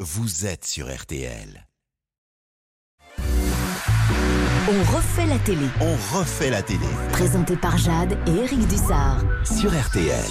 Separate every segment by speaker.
Speaker 1: vous êtes sur RTL.
Speaker 2: On refait la télé.
Speaker 1: On refait la télé
Speaker 2: Présenté par Jade et Eric Dussard.
Speaker 1: sur RTL.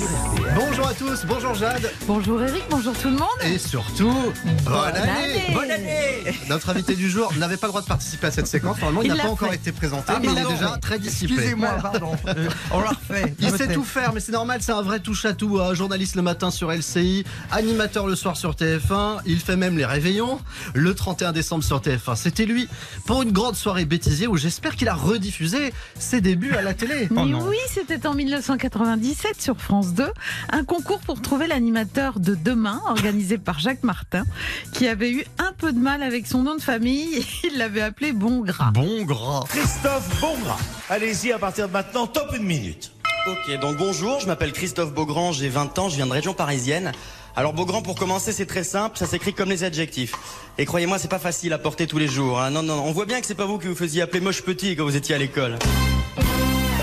Speaker 3: Bonjour à tous, bonjour Jade
Speaker 4: Bonjour Eric, bonjour tout le monde.
Speaker 3: et surtout bonne, année.
Speaker 4: Bonne année.
Speaker 3: Notre invité du jour n'avait pas le droit de participer à cette séquence, normalement il
Speaker 4: Il
Speaker 3: n'a pas
Speaker 4: l'a
Speaker 3: encore
Speaker 4: fait.
Speaker 3: été présenté,
Speaker 5: Ah,
Speaker 3: mais il a
Speaker 5: pardon.
Speaker 3: déjà très dissipé.
Speaker 5: Excusez-moi, pardon. Euh, on la refait.
Speaker 3: Il
Speaker 5: Je
Speaker 3: sait
Speaker 5: me
Speaker 3: tout
Speaker 5: tais.
Speaker 3: faire, mais c'est normal, c'est un vrai touche à tout. hein. Journaliste le matin sur LCI, animateur le soir sur TF1, il fait même les réveillons. Le 31 décembre sur TF1, c'était lui pour une grande soirée bêtisier où j'espère qu'il a rediffusé ses débuts à la télé.
Speaker 5: Oh
Speaker 4: Mais
Speaker 5: non.
Speaker 4: oui, c'était en 1997 sur France 2, un concours pour trouver l'animateur de demain, organisé par Jacques Martin, qui avait eu un peu de mal avec son nom de famille. Il l'avait appelé Bon Gras.
Speaker 3: Bon gras.
Speaker 6: Christophe Bongras. Allez-y à partir de maintenant, top une minute.
Speaker 7: Ok, donc bonjour, je m'appelle Christophe Beaugrand, j'ai 20 ans, je viens de région parisienne. Alors Beaugrand, pour commencer, c'est très simple, ça s'écrit comme les adjectifs. Et croyez-moi, c'est pas facile à porter tous les jours. hein. Non, non, non, on voit bien que c'est pas vous qui vous faisiez appeler moche petit quand vous étiez à l'école.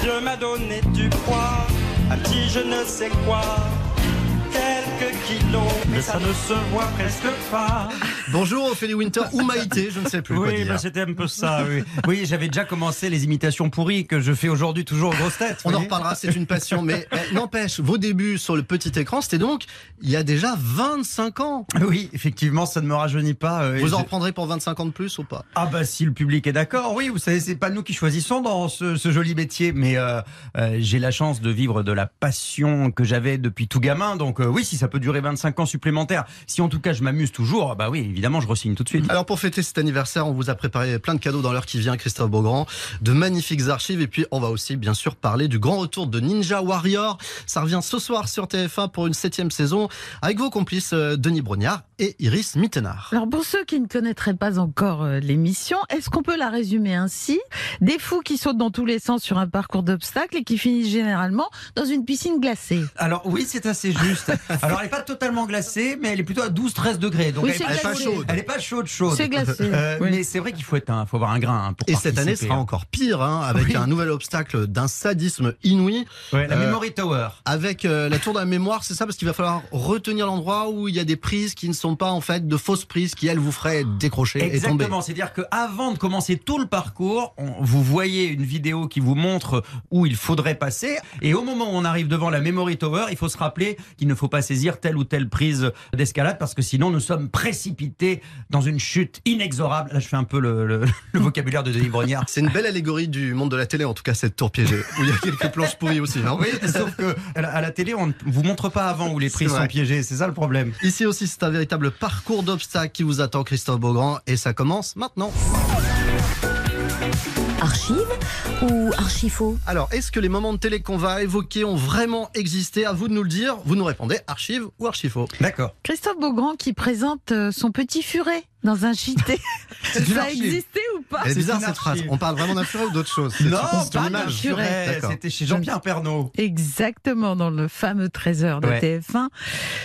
Speaker 7: Je m'a donné du poids, un petit je ne sais quoi, quelques kilos, mais ça ne se voit presque pas.
Speaker 3: Bonjour Ophélie Winter ou Maïté, je ne sais plus quoi
Speaker 5: Oui,
Speaker 3: dire.
Speaker 5: bah, c'était un peu ça. Oui, oui j'avais déjà commencé les imitations pourries que je fais aujourd'hui toujours aux grosses têtes.
Speaker 3: On en
Speaker 5: voyez.
Speaker 3: reparlera, c'est une passion, mais eh, n'empêche, vos débuts sur le petit écran, c'était donc il y a déjà 25 ans.
Speaker 5: Oui, effectivement, ça ne me rajeunit pas. euh, et
Speaker 3: Vous
Speaker 5: je-
Speaker 3: en reprendrez pour 25 ans de plus ou pas
Speaker 5: Ah bah si le public est d'accord, oui, vous savez, c'est pas nous qui choisissons dans ce, ce joli métier, mais euh, euh, j'ai la chance de vivre de la passion que j'avais depuis tout gamin, donc euh, oui, si ça peut durer 25 ans supplémentaires, si en tout cas je m'amuse toujours, bah oui, évidemment, je resigne tout de suite.
Speaker 3: Alors pour fêter cet anniversaire, on vous a préparé plein de cadeaux dans l'heure qui vient, Christophe Beaugrand, de magnifiques archives, et puis on va aussi bien sûr parler du grand retour de Ninja Warrior. Ça revient ce soir sur TF1 pour une septième saison, avec vos complices euh, Denis Brognard et Iris
Speaker 5: Ah,
Speaker 3: Mittenard.
Speaker 4: Alors pour ceux qui ne connaîtraient pas encore euh, l'émission, est-ce qu'on peut la résumer ainsi Des fous qui sautent dans tous les sens sur un parcours d'obstacles et qui finissent généralement dans une piscine glacée.
Speaker 5: Alors oui, c'est assez juste. Alors elle n'est pas totalement glacée, mais elle est plutôt à 12-13 degrés. Donc
Speaker 4: Oui,
Speaker 5: elle
Speaker 4: c'est
Speaker 5: n'est pas
Speaker 4: glacé.
Speaker 5: chaude. Elle est pas chaude, chaude.
Speaker 4: C'est glacé,
Speaker 5: Euh,
Speaker 4: oui.
Speaker 5: Mais c'est vrai qu'il faut être un, faut avoir un grain hein, pour
Speaker 3: Et cette année
Speaker 5: participer,
Speaker 3: sera encore pire, hein, avec
Speaker 5: Oui.
Speaker 3: un nouvel obstacle d'un sadisme inouï.
Speaker 5: hein. Ouais, la
Speaker 3: Euh,
Speaker 5: Memory Tower.
Speaker 3: Avec euh, la tour de la mémoire, c'est ça parce qu'il va falloir retenir l'endroit où il y a des prises qui ne sont pas en fait de fausses prises qui elles vous feraient décrocher et tomber.
Speaker 5: Exactement, c'est-à-dire qu'avant de commencer tout le parcours, on- vous voyez une vidéo qui vous montre où il faudrait passer, et au moment où on arrive devant la Memory Tower, il faut se rappeler qu'il ne faut pas saisir telle ou telle prise d'escalade, parce que sinon nous sommes précipités dans une chute inexorable. Là, je fais un peu le, le- le vocabulaire de Denis Brognard.
Speaker 3: C'est une belle allégorie du monde de la télé, en tout cas cette tour piégée, où il y a quelques planches pourries aussi, hein. non
Speaker 5: Oui, sauf que à la- à la télé, on ne vous montre pas avant où les prises
Speaker 3: C'est vrai.
Speaker 5: sont piégées, c'est ça le problème.
Speaker 3: Ici aussi, c'est un véritable parcours d'obstacles qui vous attend, Christophe Beaugrand, et ça commence maintenant.
Speaker 2: Archive ou archifaux
Speaker 3: Alors, est-ce que les moments de télé qu'on va évoquer ont vraiment existé À vous de nous le dire. Vous nous répondez archive ou archifaux.
Speaker 5: D'accord.
Speaker 4: Christophe Beaugrand qui présente euh, son petit furet dans un JT.
Speaker 5: une
Speaker 4: Ça a
Speaker 5: archive.
Speaker 4: existé ou
Speaker 3: Elle est
Speaker 4: pas
Speaker 5: Ah, C'est
Speaker 3: bizarre
Speaker 5: une
Speaker 3: cette phrase.
Speaker 5: archive.
Speaker 3: On parle vraiment d'un furet ou d'autre chose C'est-
Speaker 5: Non,
Speaker 3: c'est une
Speaker 5: pas
Speaker 4: d'un
Speaker 3: image.
Speaker 4: furet.
Speaker 3: D'accord.
Speaker 5: C'était chez Jean-Pierre Pernaud.
Speaker 4: Exactement, dans le fameux trésor de
Speaker 5: Eh. Ouais.
Speaker 4: TF1.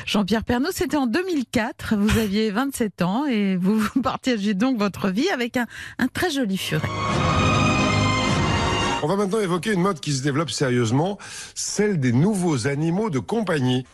Speaker 4: Jean-Pierre Pernaud, c'était en 2004. Vous aviez 27 ans et vous vous partagez donc votre vie avec un, un très joli furet.
Speaker 5: Oh,
Speaker 8: On va maintenant évoquer une mode qui se développe sérieusement, celle des nouveaux animaux de compagnie.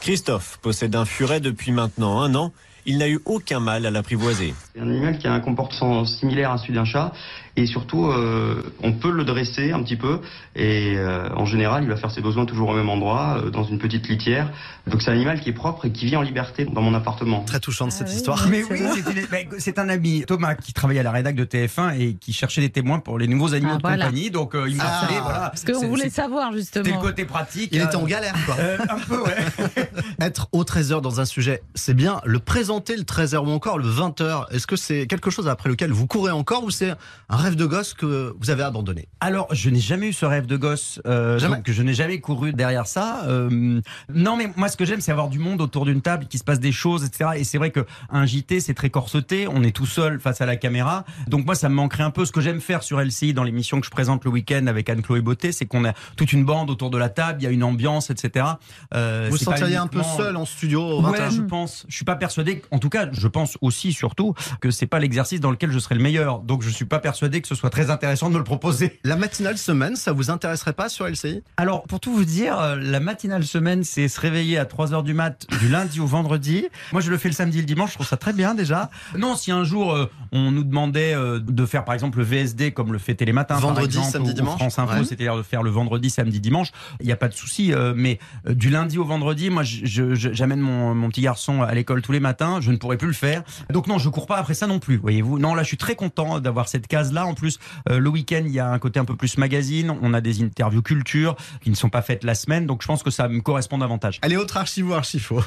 Speaker 9: Christophe possède un furet depuis maintenant un an. Il n'a eu aucun mal à l'apprivoiser.
Speaker 7: C'est un animal qui a un comportement similaire à celui d'un chat et surtout euh, on peut le dresser un petit peu et euh, en général il va faire ses besoins toujours au même endroit, euh, dans une petite litière. Donc c'est un animal qui est propre et qui vit en liberté dans mon appartement.
Speaker 3: Très touchante
Speaker 4: Ah
Speaker 3: cette
Speaker 4: oui.
Speaker 3: histoire.
Speaker 5: Mais
Speaker 4: C'est
Speaker 5: oui,
Speaker 4: vrai.
Speaker 5: c'est une- ben, c'est un ami, Thomas, qui travaille à la rédac de TF1 et qui cherchait des témoins pour les nouveaux animaux
Speaker 4: Ah,
Speaker 5: de
Speaker 4: voilà.
Speaker 5: compagnie. Donc, euh, il m'a
Speaker 3: Ah,
Speaker 5: appelé, voilà.
Speaker 4: Parce qu'on
Speaker 5: C'est-
Speaker 4: voulait
Speaker 5: c'est-
Speaker 4: savoir
Speaker 5: C'était le
Speaker 4: justement.
Speaker 5: côté pratique.
Speaker 3: Il
Speaker 5: euh,
Speaker 3: était en galère, quoi.
Speaker 5: euh, un peu, ouais.
Speaker 3: Être au 13h dans un sujet, c'est bien. Le présenter le 13h ou encore le 20h, est-ce que c'est quelque chose après lequel vous courez encore ou c'est un rêve de gosse que vous avez abandonné
Speaker 5: Alors, je n'ai jamais eu ce rêve de gosse, euh,
Speaker 3: Jamais.
Speaker 5: donc je n'ai jamais couru derrière ça. Euh, non, mais moi, ce que j'aime, c'est avoir du monde autour d'une table, qu'il se passe des choses, etc. Et c'est vrai que un JT, c'est très corseté, on est tout seul face à la caméra. Donc moi, ça me manquerait un peu. Ce que j'aime faire sur LCI, dans l'émission que je présente le week-end avec Anne-Chloé Beauté, c'est qu'on a toute une bande autour de la table, il y a une ambiance, etc. Euh,
Speaker 3: Vous
Speaker 5: c'est pas
Speaker 3: sentiriez un peu
Speaker 5: uniquement- euh,
Speaker 3: seul en studio au
Speaker 5: Ouais,
Speaker 3: 20h
Speaker 5: je pense. Je suis pas persuadé en tout cas, je pense aussi surtout que c'est pas l'exercice dans lequel je serai le meilleur. Donc je suis pas persuadé que ce soit très intéressant de me le proposer.
Speaker 3: La matinale semaine, ça vous intéresserait pas sur LCI
Speaker 5: Alors pour tout vous dire, euh, la matinale semaine, c'est se réveiller à 3h du mat du lundi au vendredi. Moi, je le fais le samedi et le dimanche, je trouve ça très bien déjà. Non, si un jour euh, on nous demandait euh, de faire par exemple le VSD comme le fait Télématin par
Speaker 3: Vendredi,
Speaker 5: exemple,
Speaker 3: samedi,
Speaker 5: ou- ou
Speaker 3: dimanche.
Speaker 5: France Info,
Speaker 3: Ouais.
Speaker 5: c'est-à-dire de faire le vendredi, samedi, dimanche, il n'y a pas de souci euh, mais euh, du lundi au vendredi, moi je- je- je- j'amène mon, mon petit garçon à l'école tous les matins, je ne pourrais plus le faire. Donc non, je cours pas après ça non plus, voyez-vous. Non, là je suis très content d'avoir cette case là en plus euh, le week-end, il y a un côté un peu plus magazine, on a des interviews culture qui ne sont pas faites la semaine, donc je pense que ça me correspond davantage.
Speaker 3: Allez, autre archive ou archifo.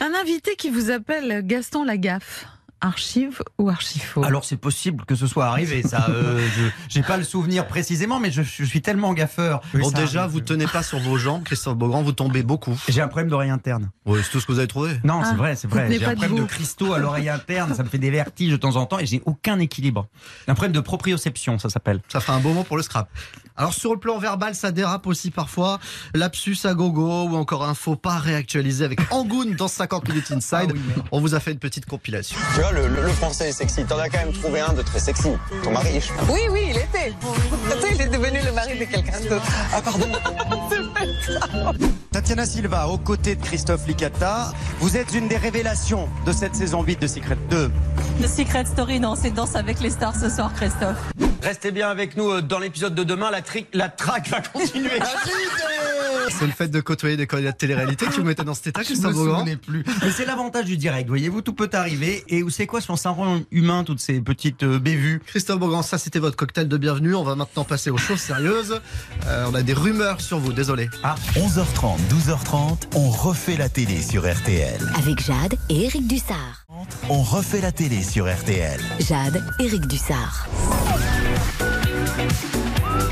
Speaker 4: Un invité qui vous appelle Gaston Lagaffe. Archive ou archifaux
Speaker 5: Alors c'est possible que ce soit arrivé, ça. Euh, je- J'ai pas le souvenir précisément, mais je, je suis tellement gaffeur.
Speaker 3: Bon,
Speaker 5: Ça
Speaker 3: déjà,
Speaker 5: arrive.
Speaker 3: vous tenez pas sur vos jambes, Christophe Beaugrand, vous tombez beaucoup.
Speaker 5: J'ai un problème d'oreille interne.
Speaker 3: Ouais, c'est tout ce que vous avez trouvé.
Speaker 5: Non,
Speaker 4: Ah,
Speaker 5: c'est vrai, c'est
Speaker 4: vous
Speaker 5: vrai.
Speaker 4: tenez
Speaker 5: J'ai
Speaker 4: pas
Speaker 5: un problème de
Speaker 4: debout.
Speaker 5: cristaux à l'oreille interne, ça me fait des vertiges de temps en temps et j'ai aucun équilibre. Un problème de proprioception, ça s'appelle.
Speaker 3: Ça fera un beau mot pour le scrap. Alors sur le plan verbal, ça dérape aussi parfois. Lapsus à gogo ou encore un faux pas réactualisé avec Angoun dans 50 minutes
Speaker 5: Ah
Speaker 3: inside. On vous a fait une petite compilation.
Speaker 10: Tu vois, le, le- le français est sexy. T'en as quand même trouvé un de très sexy. Ton mari.
Speaker 11: Oui, oui, il était. Attends, il est devenu le mari de quelqu'un d'autre.
Speaker 10: Ah, pardon.
Speaker 7: Tatiana Silva, aux côtés de Christophe Licata, vous êtes une des révélations de cette saison 8 de Secret 2.
Speaker 11: The Secret Story, non, c'est Danse avec les stars ce soir, Christophe.
Speaker 10: Restez bien avec nous euh, dans l'épisode de demain. La, tri- la traque va continuer.
Speaker 5: Ah,
Speaker 3: C'est le fait de côtoyer des candidats de télé-réalité qui vous mettaient dans cet état,
Speaker 5: Je me
Speaker 3: Christophe Beaugrand.
Speaker 5: souvenais plus. Mais c'est l'avantage du direct, voyez-vous, tout peut arriver. Et où c'est quoi son syndrome humain, toutes ces petites euh, bévues
Speaker 3: Christophe Beaugrand, ça c'était votre cocktail de bienvenue. On va maintenant passer aux choses sérieuses. Euh, on a des rumeurs sur vous, désolé.
Speaker 1: 11h30, 12h30, on refait la télé sur RTL.
Speaker 2: Avec Jade et Eric Dussard.
Speaker 1: On refait la télé sur RTL.
Speaker 2: Jade, Eric Dussard.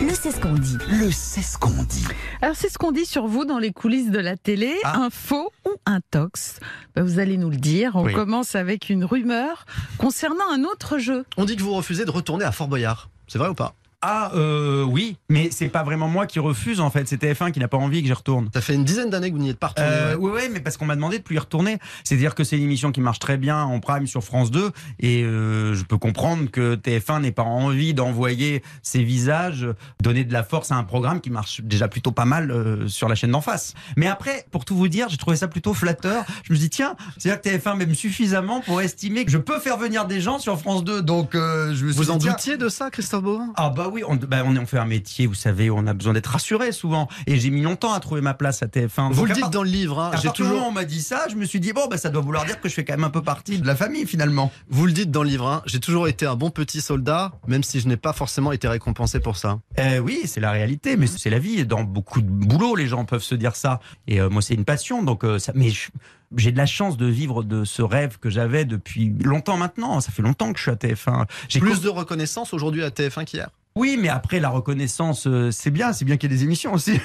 Speaker 2: Le c'est ce qu'on dit.
Speaker 1: Le c'est ce qu'on dit.
Speaker 4: Alors, c'est ce qu'on dit sur vous dans les coulisses de la télé, un faux ou un tox. Ben, vous allez nous le dire. On
Speaker 5: Oui.
Speaker 4: commence avec une rumeur concernant un autre jeu.
Speaker 3: On dit que vous refusez de retourner à Fort Boyard. C'est vrai ou pas
Speaker 5: Ah, euh, oui, mais c'est pas vraiment moi qui refuse en fait, c'est TF1 qui n'a pas envie que j'y retourne.
Speaker 3: Ça fait une dizaine d'années que vous n'y êtes pas retourné.
Speaker 5: Euh,
Speaker 3: ouais.
Speaker 5: ouais, ouais, mais parce qu'on m'a demandé de plus y retourner. C'est-à-dire que c'est une émission qui marche très bien en prime sur France 2 et euh, je peux comprendre que TF1 n'ait pas envie d'envoyer ses visages euh, donner de la force à un programme qui marche déjà plutôt pas mal euh, sur la chaîne d'en face. Mais après, pour tout vous dire, j'ai trouvé ça plutôt flatteur. Je me suis dit tiens, c'est-à-dire que TF1 m'aime suffisamment pour estimer que je peux faire venir des gens sur France 2. Donc euh, je me suis
Speaker 3: Vous en
Speaker 5: dit, tiens,
Speaker 3: doutiez de ça, Christophe Beaugrand
Speaker 5: ah bah oui, on, bah on, est- on fait un métier, vous savez, on a besoin d'être rassuré souvent. Et j'ai mis longtemps à trouver ma place à TF1.
Speaker 3: Vous
Speaker 5: Donc,
Speaker 3: le
Speaker 5: à
Speaker 3: dites
Speaker 5: part-
Speaker 3: dans le livre, hein,
Speaker 5: à
Speaker 3: j'ai
Speaker 5: partir du
Speaker 3: toujours
Speaker 5: moment où on m'a dit ça, je me suis dit, bon, bah, ça doit vouloir dire que je fais quand même un peu partie de la famille finalement.
Speaker 3: Vous le dites dans le livre, hein, j'ai toujours été un bon petit soldat, même si je n'ai pas forcément été récompensé pour ça.
Speaker 5: Euh, oui, c'est la réalité, mais c'est la vie. Et Dans beaucoup de boulot, les gens peuvent se dire ça. Et euh, moi, c'est une passion. Donc, euh, ça, mais je- j'ai de la chance de vivre de ce rêve que j'avais depuis longtemps maintenant. Ça fait longtemps que je suis à TF1. J'ai
Speaker 3: Plus
Speaker 5: con-
Speaker 3: de reconnaissance aujourd'hui à TF1 qu'hier.
Speaker 5: Oui, mais après, la reconnaissance, euh, c'est bien. C'est bien qu'il y ait des émissions aussi.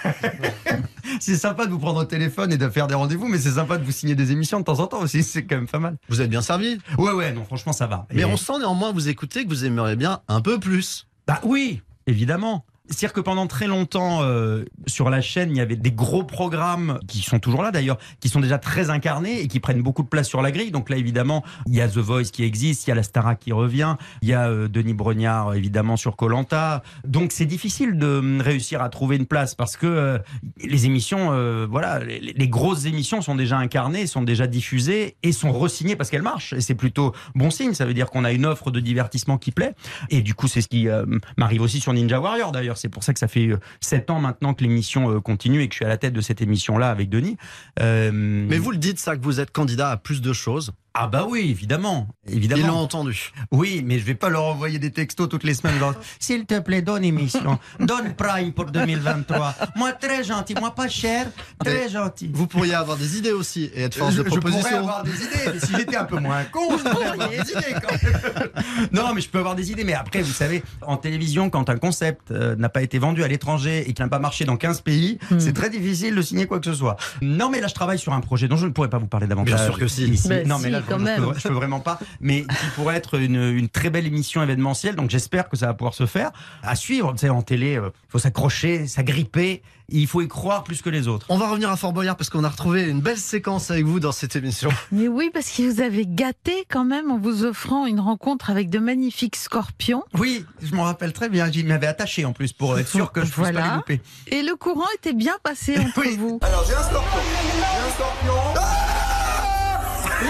Speaker 5: c'est sympa de vous prendre au téléphone et de faire des rendez-vous, mais c'est sympa de vous signer des émissions de temps en temps aussi. C'est quand même pas mal.
Speaker 3: Vous êtes bien servi.
Speaker 5: Ouais, ouais, non, franchement, ça va.
Speaker 3: Mais
Speaker 5: Et-
Speaker 3: on sent néanmoins, vous écoutez, que vous aimeriez bien un peu plus.
Speaker 5: Bah oui, évidemment. C'est-à-dire que pendant très longtemps, euh, sur la chaîne, il y avait des gros programmes qui sont toujours là d'ailleurs, qui sont déjà très incarnés et qui prennent beaucoup de place sur la grille. Donc là, évidemment, il y a The Voice qui existe, il y a la Stara qui revient, il y a euh, Denis Brognard, évidemment, sur Colanta. Donc c'est difficile de hum, réussir à trouver une place parce que euh, les émissions, euh, voilà, les, les grosses émissions sont déjà incarnées, sont déjà diffusées et sont resignées parce qu'elles marchent. Et c'est plutôt bon signe. Ça veut dire qu'on a une offre de divertissement qui plaît. Et du coup, c'est ce qui euh, m'arrive aussi sur Ninja Warrior d'ailleurs. C'est pour ça que ça fait 7 ans maintenant que l'émission euh, continue et que je suis à la tête de cette émission-là avec Denis. Euh,
Speaker 3: Mais vous le dites, ça, que vous êtes candidat à plus de choses.
Speaker 5: Ah bah oui, évidemment.
Speaker 3: Ils l'ont
Speaker 5: évidemment.
Speaker 3: entendu.
Speaker 5: Oui, mais je vais pas leur envoyer des textos toutes les semaines. genre, S'il te plaît, donne émission. Donne Prime pour 2023. Moi, très gentil. Moi, pas cher. Très gentil.
Speaker 3: Vous pourriez avoir des idées aussi et être force de
Speaker 5: je, je pourrais
Speaker 3: proposition.
Speaker 5: avoir des idées, mais si j'étais un peu moins con, je pourrais avoir des idées quand même. Non, mais je peux avoir des idées. Mais après, vous savez, en télévision, quand un concept euh, n'a pas été vendu à l'étranger et qu'il n'a pas marché dans 15 pays,
Speaker 4: Hmm.
Speaker 5: c'est très difficile de signer quoi que ce soit. Non, mais là, je travaille sur un projet dont je ne pourrais pas vous parler davantage.
Speaker 3: Bien sûr que si.
Speaker 5: Ici.
Speaker 4: Mais Bah
Speaker 5: non,
Speaker 4: si.
Speaker 5: mais là, là,
Speaker 4: quand
Speaker 5: je,
Speaker 4: même.
Speaker 5: peux, je peux vraiment pas. Mais qui pourrait être une, une très belle émission événementielle. Donc j'espère que ça va pouvoir se faire. À suivre, tu sais, en télé, il faut s'accrocher, s'agripper. Il faut y croire plus que les autres.
Speaker 3: On va revenir à Fort Boyard parce qu'on a retrouvé une belle séquence avec vous dans cette émission.
Speaker 4: Mais oui, parce que vous avez gâté quand même en vous offrant une rencontre avec de magnifiques scorpions.
Speaker 5: Oui, je m'en rappelle très bien. J'y m'avais attaché en plus pour être sûr que je ne puisse pas les
Speaker 4: Voilà.
Speaker 5: louper.
Speaker 4: Et le courant était bien passé entre vous.
Speaker 12: Alors j'ai un scorpion. J'ai un scorpion. Ah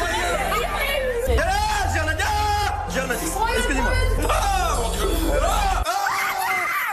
Speaker 12: Mon Dieu. Ah, j'ai un indice. Ah, J'ai un indice. Excusez-moi. Ah, mon Dieu. Ah, ah,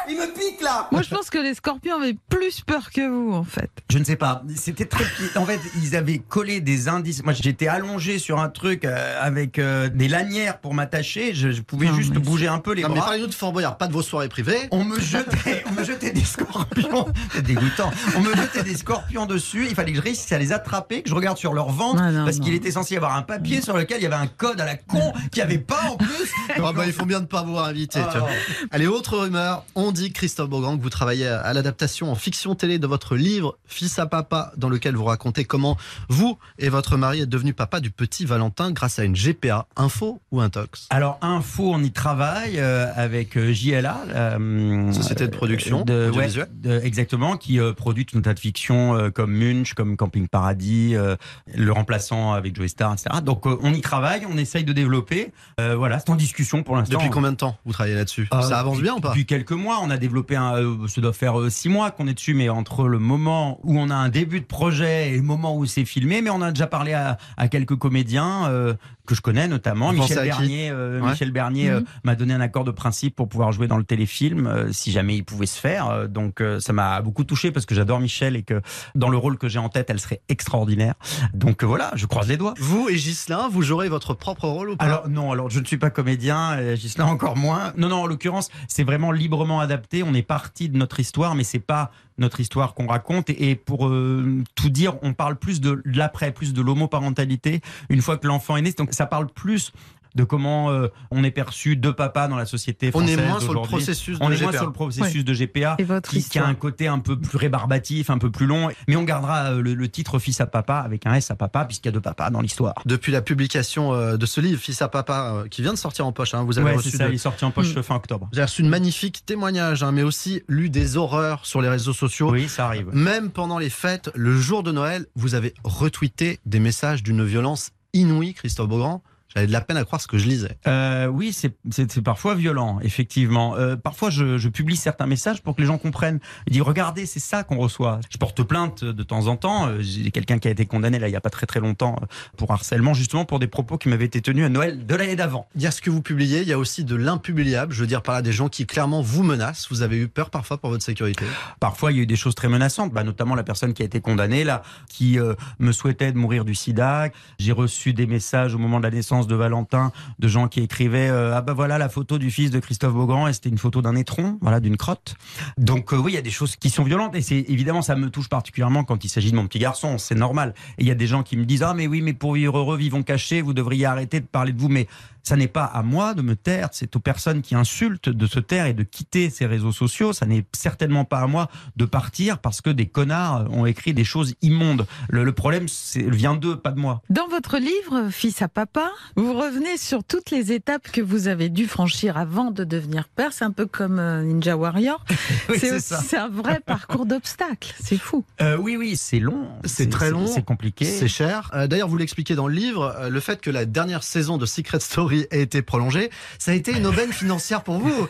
Speaker 12: Il me pique là.
Speaker 4: Moi, je pense que les scorpions avaient plus peur que vous, en fait.
Speaker 5: Je ne sais pas. C'était très. pi- En fait, ils avaient collé des indices. Moi, j'étais allongé sur un truc euh, avec euh, des lanières pour m'attacher. Je, je pouvais juste bouger un peu les
Speaker 3: Non, mais
Speaker 5: bras.
Speaker 3: parlez-nous de Fort Boyard, pas de vos soirées privées.
Speaker 5: On me jetait, on me jetait des scorpions. C'est dégoûtant. On me jetait des scorpions dessus. Il fallait que je réussisse à les attraper, que je regarde sur leur ventre,
Speaker 4: Ah, non,
Speaker 5: parce
Speaker 4: non. Mm.
Speaker 5: qu'il était censé y avoir un papier sur lequel il y avait un code à la con qu'il n'y avait pas en plus.
Speaker 3: Ah bah, ils font bien de pas vous inviter.
Speaker 5: Ah.
Speaker 3: tu vois. Allez, autre rumeur. On dit, Christophe Beaugrand, que vous travaillez à l'adaptation en fiction télé de votre livre Fils à papa, dans lequel vous racontez comment vous et votre mari êtes devenu papa du petit Valentin grâce à une GPA. Info ou intox
Speaker 5: Alors, Info, on y travaille euh, avec euh, JLA. la, hum,
Speaker 3: Société de production
Speaker 5: de- ouais,
Speaker 3: audiovisuelle.
Speaker 5: de- exactement, qui euh, produit tout un tas de fictions euh, comme Munch, comme Camping Paradis, euh, Le Remplaçant avec Joey Star, etc. Donc, euh, on y travaille, on essaye de développer. Euh, voilà, c'est en discussion pour l'instant.
Speaker 3: Depuis combien de temps vous travaillez là-dessus
Speaker 5: Euh,
Speaker 3: Ça avance
Speaker 5: depuis-
Speaker 3: bien ou pas
Speaker 5: Depuis quelques mois, on a développé un. euh, ça doit faire euh, six mois qu'on est dessus, mais entre le moment où on a un début de projet et le moment où c'est filmé, mais on a déjà parlé à, à quelques comédiens euh, que je connais notamment.
Speaker 3: Vous
Speaker 5: Michel
Speaker 3: pensez à qui
Speaker 5: Bernier, euh,
Speaker 3: Ouais.
Speaker 5: Michel Bernier euh, m'a donné un accord de principe pour pouvoir jouer dans le téléfilm euh, si jamais il pouvait se faire. Euh, donc euh, ça m'a beaucoup touché parce que j'adore Michel et que dans le rôle que j'ai en tête, elle serait extraordinaire. Donc euh, voilà, je croise les doigts.
Speaker 3: Vous et Ghislain, vous jouerez votre propre rôle ou pas
Speaker 5: Alors non, alors je ne suis pas comédien, euh, Ghislain encore moins. Non, non, en l'occurrence, c'est vraiment librement adapté. On est parti de notre histoire, mais c'est pas notre histoire qu'on raconte. Et, et pour euh, tout dire, on parle plus de l'après, plus de l'homoparentalité une fois que l'enfant est né. Donc ça parle plus de comment euh, on est perçu de papa dans la société
Speaker 3: On est
Speaker 5: française
Speaker 3: moins sur le
Speaker 5: d'aujourd'hui.
Speaker 3: processus de
Speaker 5: On est moins
Speaker 3: GPA.
Speaker 5: sur le processus
Speaker 4: Oui.
Speaker 5: de GPA
Speaker 4: Et votre
Speaker 5: qui, qui a
Speaker 4: histoire.
Speaker 5: un côté un peu plus rébarbatif, un peu plus long. Mais on gardera euh, le, le titre fils à papa avec un S à papa puisqu'il y a deux papas dans l'histoire.
Speaker 3: Depuis la publication euh, de ce livre, Fils à papa, euh, qui vient de sortir en poche, hein, vous avez
Speaker 5: Ouais, c'est
Speaker 3: reçu
Speaker 5: ça,
Speaker 3: de-
Speaker 5: il est sorti en poche fin octobre.
Speaker 3: J'ai reçu de magnifiques témoignages, hein, mais aussi lu des horreurs sur les réseaux sociaux.
Speaker 5: Oui, ça arrive.
Speaker 3: Même pendant les fêtes, le jour de Noël, vous avez retweeté des messages d'une violence inouïe, Christophe Beaugrand. J'avais de la peine à croire ce que je lisais.
Speaker 5: Euh, oui, c'est- c'est c'est parfois violent, effectivement. Euh, parfois, je, je publie certains messages pour que les gens comprennent. Ils disent, regardez, c'est ça qu'on reçoit. Je porte plainte de temps en temps. Euh, J'ai quelqu'un qui a été condamné, là, il n'y a pas très très longtemps, euh, pour harcèlement, justement pour des propos qui m'avaient été tenus à Noël de l'année d'avant.
Speaker 3: Il y a ce que vous publiez, il y a aussi de l'impubliable. Je veux dire par là des gens qui clairement vous menacent. Vous avez eu peur parfois pour votre sécurité.
Speaker 5: Parfois, il y a eu des choses très menaçantes, bah, notamment la personne qui a été condamnée, là, qui euh, me souhaitait de mourir du sida. J'ai reçu des messages au moment de la naissance de Valentin de gens qui écrivaient euh, Ah bah voilà la photo du fils de Christophe Beaugrand, et c'était une photo d'un étron, voilà, d'une crotte. Donc, euh, oui, il y a des choses qui sont violentes, et c'est évidemment, ça me touche particulièrement quand il s'agit de mon petit garçon, c'est normal. Et il y a des gens qui me disent Ah, mais oui, mais pour vivre heureux, vivons cachés, vous devriez arrêter de parler de vous. Mais ça n'est pas à moi de me taire, c'est aux personnes qui insultent de se taire et de quitter ces réseaux sociaux. Ça n'est certainement pas à moi de partir parce que des connards ont écrit des choses immondes. Le, le problème c'est, vient d'eux, pas de moi.
Speaker 4: Dans votre livre, Fils à papa, vous revenez sur toutes les étapes que vous avez dû franchir avant de devenir père. C'est un peu comme euh, Ninja Warrior.
Speaker 5: Oui, c'est
Speaker 4: aussi-
Speaker 5: ça.
Speaker 4: c'est un vrai parcours d'obstacles. C'est fou.
Speaker 5: Euh, oui, oui, c'est long.
Speaker 3: C'est très long.
Speaker 5: C'est compliqué.
Speaker 3: C'est cher. Euh, D'ailleurs, vous l'expliquez dans le livre, euh, le fait que la dernière saison de Secret Story ait été prolongée, ça a été une aubaine financière pour vous.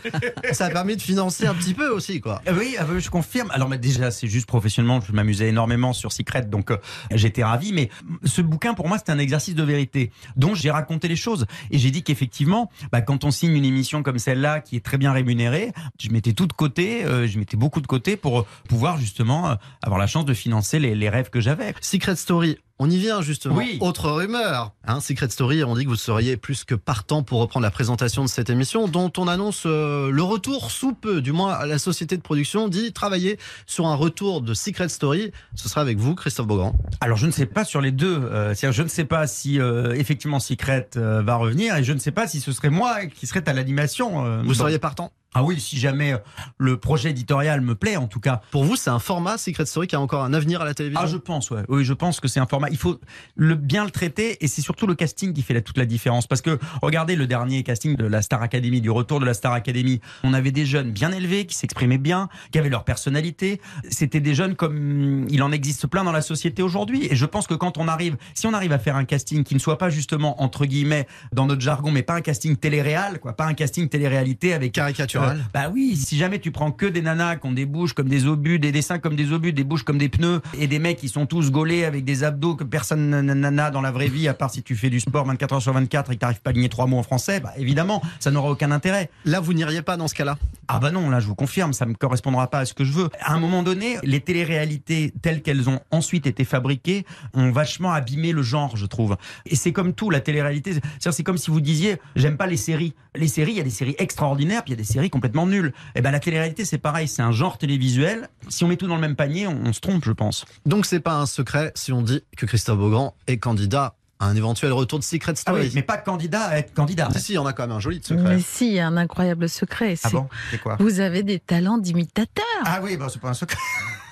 Speaker 3: Ça a permis de financer un petit peu aussi, quoi.
Speaker 5: Ah Oui, ah oui, je confirme. Alors mais déjà, c'est juste professionnellement, je m'amusais énormément sur Secret, donc euh, j'étais ravi. Mais ce bouquin, pour moi, c'était un exercice de vérité, dont j'ai raconté les choses. Et j'ai dit qu'effectivement, bah, quand on signe une émission comme celle-là, qui est très bien rémunérée, je mettais tout de côté, euh, je mettais beaucoup de côté pour pouvoir justement euh, avoir la chance de financer les, les rêves que j'avais.
Speaker 3: Secret Story, on y vient justement.
Speaker 5: Oui.
Speaker 3: Autre rumeur. Hein, Secret Story, on dit que vous seriez plus que partant pour reprendre la présentation de cette émission, dont on annonce euh, le retour sous peu. Du moins, la société de production dit travailler sur un retour de Secret Story. Ce sera avec vous, Christophe Beaugrand.
Speaker 5: Alors je ne sais pas sur les deux. Euh, c'est-à-dire, je ne sais pas si euh, effectivement Secret euh, va revenir et je ne sais pas si ce serait moi qui serait à l'animation. euh,
Speaker 3: Vous
Speaker 5: dans-
Speaker 3: seriez partant
Speaker 5: Ah oui, si jamais euh, le projet éditorial me plaît, en tout cas.
Speaker 3: Pour vous, c'est un format Secret Story qui a encore un avenir à la télévision
Speaker 5: Ah, je pense, ouais. Oui, je pense que c'est un format. Il faut le, bien le traiter et c'est surtout le casting qui fait la- toute la différence. Parce que, regardez le dernier casting de la Star Academy, du retour de la Star Academy. On avait des jeunes bien élevés qui s'exprimaient bien, qui avaient leur personnalité. C'était des jeunes comme hum, il en existe plein dans la société aujourd'hui. Et je pense que quand on arrive, si on arrive à faire un casting qui ne soit pas justement, entre guillemets, dans notre jargon, mais pas un casting télé-réal, quoi, pas un casting télé-réalité avec.
Speaker 3: Caricatural.
Speaker 5: bah oui, si jamais tu prends que des nanas qui ont des bouches comme des obus, des dessins comme des obus, des bouches comme des pneus, et des mecs qui sont tous gaulés avec des abdos que personne n'a- n'a n'a dans la vraie vie, à part si tu fais du sport 24 heures sur 24 et que t'arrives pas à aligner trois mots en français, bah évidemment, ça n'aura aucun intérêt.
Speaker 3: Là, vous n'iriez pas dans ce cas-là
Speaker 5: Ah bah non, là je vous confirme, ça me correspondra pas à ce que je veux. À un moment donné, les téléréalités telles qu'elles ont ensuite été fabriquées ont vachement abîmé le genre, je trouve. Et c'est comme tout, la téléréalité, c'est-à-dire, c'est comme si vous disiez, j'aime pas les séries. Les séries, il y a des séries extraordinaires, puis il y a des séries complètement nulles. Et ben la télé-réalité, c'est pareil, c'est un genre télévisuel. Si on met tout dans le même panier, on, on se trompe, je pense.
Speaker 3: Donc, c'est pas un secret si on dit que Christophe Beaugrand est candidat à un éventuel retour de Secret
Speaker 5: Ah
Speaker 3: Story.
Speaker 5: oui, mais pas candidat à être candidat.
Speaker 3: Si, si, il y en a quand même un joli de secret.
Speaker 4: Mais si, il y a un incroyable secret.
Speaker 5: Ah
Speaker 4: c'est-
Speaker 5: bon C'est quoi
Speaker 4: Vous avez des talents d'imitateur.
Speaker 5: Ah oui, bah, c'est pas un secret.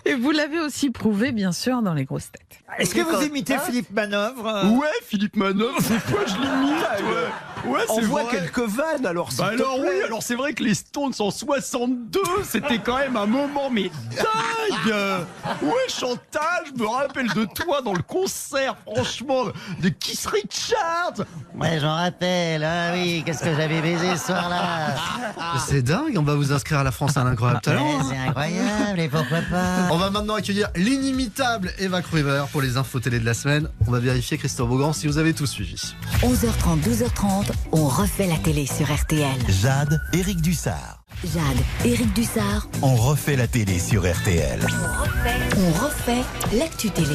Speaker 4: Et vous l'avez aussi prouvé, bien sûr, dans les grosses têtes.
Speaker 13: Est-ce que vous imitez Philippe Manœuvre euh
Speaker 10: Ouais, Philippe Manœuvre, c'est quoi je
Speaker 5: Ah
Speaker 10: l'imite ouais. Ouais,
Speaker 13: On
Speaker 10: c'est
Speaker 13: voit
Speaker 10: vrai.
Speaker 13: quelques vannes alors. s'il
Speaker 10: Bah
Speaker 13: te
Speaker 10: alors
Speaker 13: plaît.
Speaker 10: oui, alors c'est vrai que les Stones en 62, c'était quand même un moment mais dingue. Ouais Chantal, je me rappelle de toi dans le concert, franchement, de Kiss Richards.
Speaker 14: Ouais, j'en rappelle. Ah oui, qu'est-ce que j'avais baisé ce soir-là
Speaker 3: C'est dingue, on va vous inscrire à la France à l'incroyable talent. hein.
Speaker 14: Ouais, C'est incroyable, et pourquoi pas
Speaker 3: On va maintenant accueillir l'inimitable Eva Cruiver pour les infos télé de la semaine. On va vérifier, Christophe Beaugrand, si vous avez tout suivi.
Speaker 2: 11h30, 12h30, on refait la télé sur RTL.
Speaker 1: Jade, Éric Dussard.
Speaker 2: Jade, Éric Dussard,
Speaker 1: On refait la télé sur RTL.
Speaker 2: on refait l'actu télé.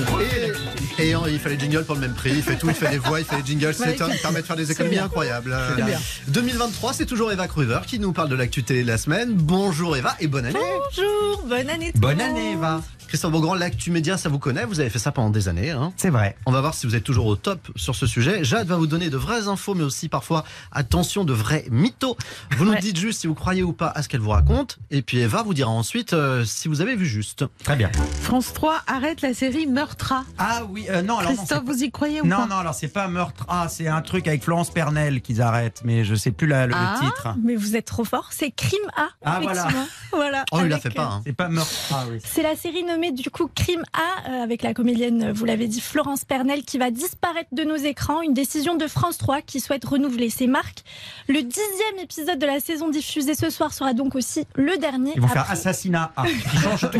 Speaker 3: Et en- il fallait le jingle pour le même prix. Il fait tout, il fait les voix, il fait les jingles.
Speaker 2: Ouais,
Speaker 3: C'est un
Speaker 2: écoute,
Speaker 3: permet de faire des
Speaker 2: c'est
Speaker 3: économies
Speaker 2: bien.
Speaker 3: incroyables. Euh,
Speaker 2: C'est bien.
Speaker 3: 2023, c'est toujours Eva Cruiver qui nous parle de l'actu télé de la semaine. Bonjour Eva et bonne année.
Speaker 15: Bonjour, bonne année. tout
Speaker 3: Bonne
Speaker 15: le monde.
Speaker 3: année Eva. Christian Beaugrand, l'actu média, ça vous connaît. Vous avez fait ça pendant des années. hein.
Speaker 5: C'est vrai.
Speaker 3: On va voir si vous êtes toujours au top sur ce sujet. Jade va vous donner de vraies infos, mais aussi parfois, attention, de vrais mythos. Vous nous dites juste si vous croyez ou pas à ce qu'elle vous raconte. Et puis Eva vous dira ensuite euh, si vous avez vu juste.
Speaker 5: Très bien.
Speaker 4: France 3 arrête la série Meurtra.
Speaker 5: Ah oui, euh, non, alors non,
Speaker 4: Christophe,
Speaker 5: c'est
Speaker 4: vous y croyez ou
Speaker 5: Non,
Speaker 4: pas
Speaker 5: non, alors c'est pas meurtre. Ah, c'est un truc avec Florence Pernel qu'ils arrêtent, mais je sais plus la- le
Speaker 15: Ah,
Speaker 5: titre.
Speaker 15: mais vous êtes trop fort. C'est Crime A.
Speaker 5: Ah, voilà.
Speaker 15: effectivement. voilà.
Speaker 3: Oh,
Speaker 15: Avec, euh,
Speaker 3: hein.
Speaker 5: C'est pas meurtre. Ah oui.
Speaker 15: C'est la série nommée du coup Crime A euh, avec la comédienne, euh, vous l'avez dit, Florence Pernel qui va disparaître de nos écrans. Une décision de France 3 qui souhaite renouveler ses marques. Le dixième épisode de la saison diffusée ce soir sera donc aussi le dernier.
Speaker 5: Ils vont faire
Speaker 15: Après-
Speaker 5: assassinat. Ah, ils changent tout.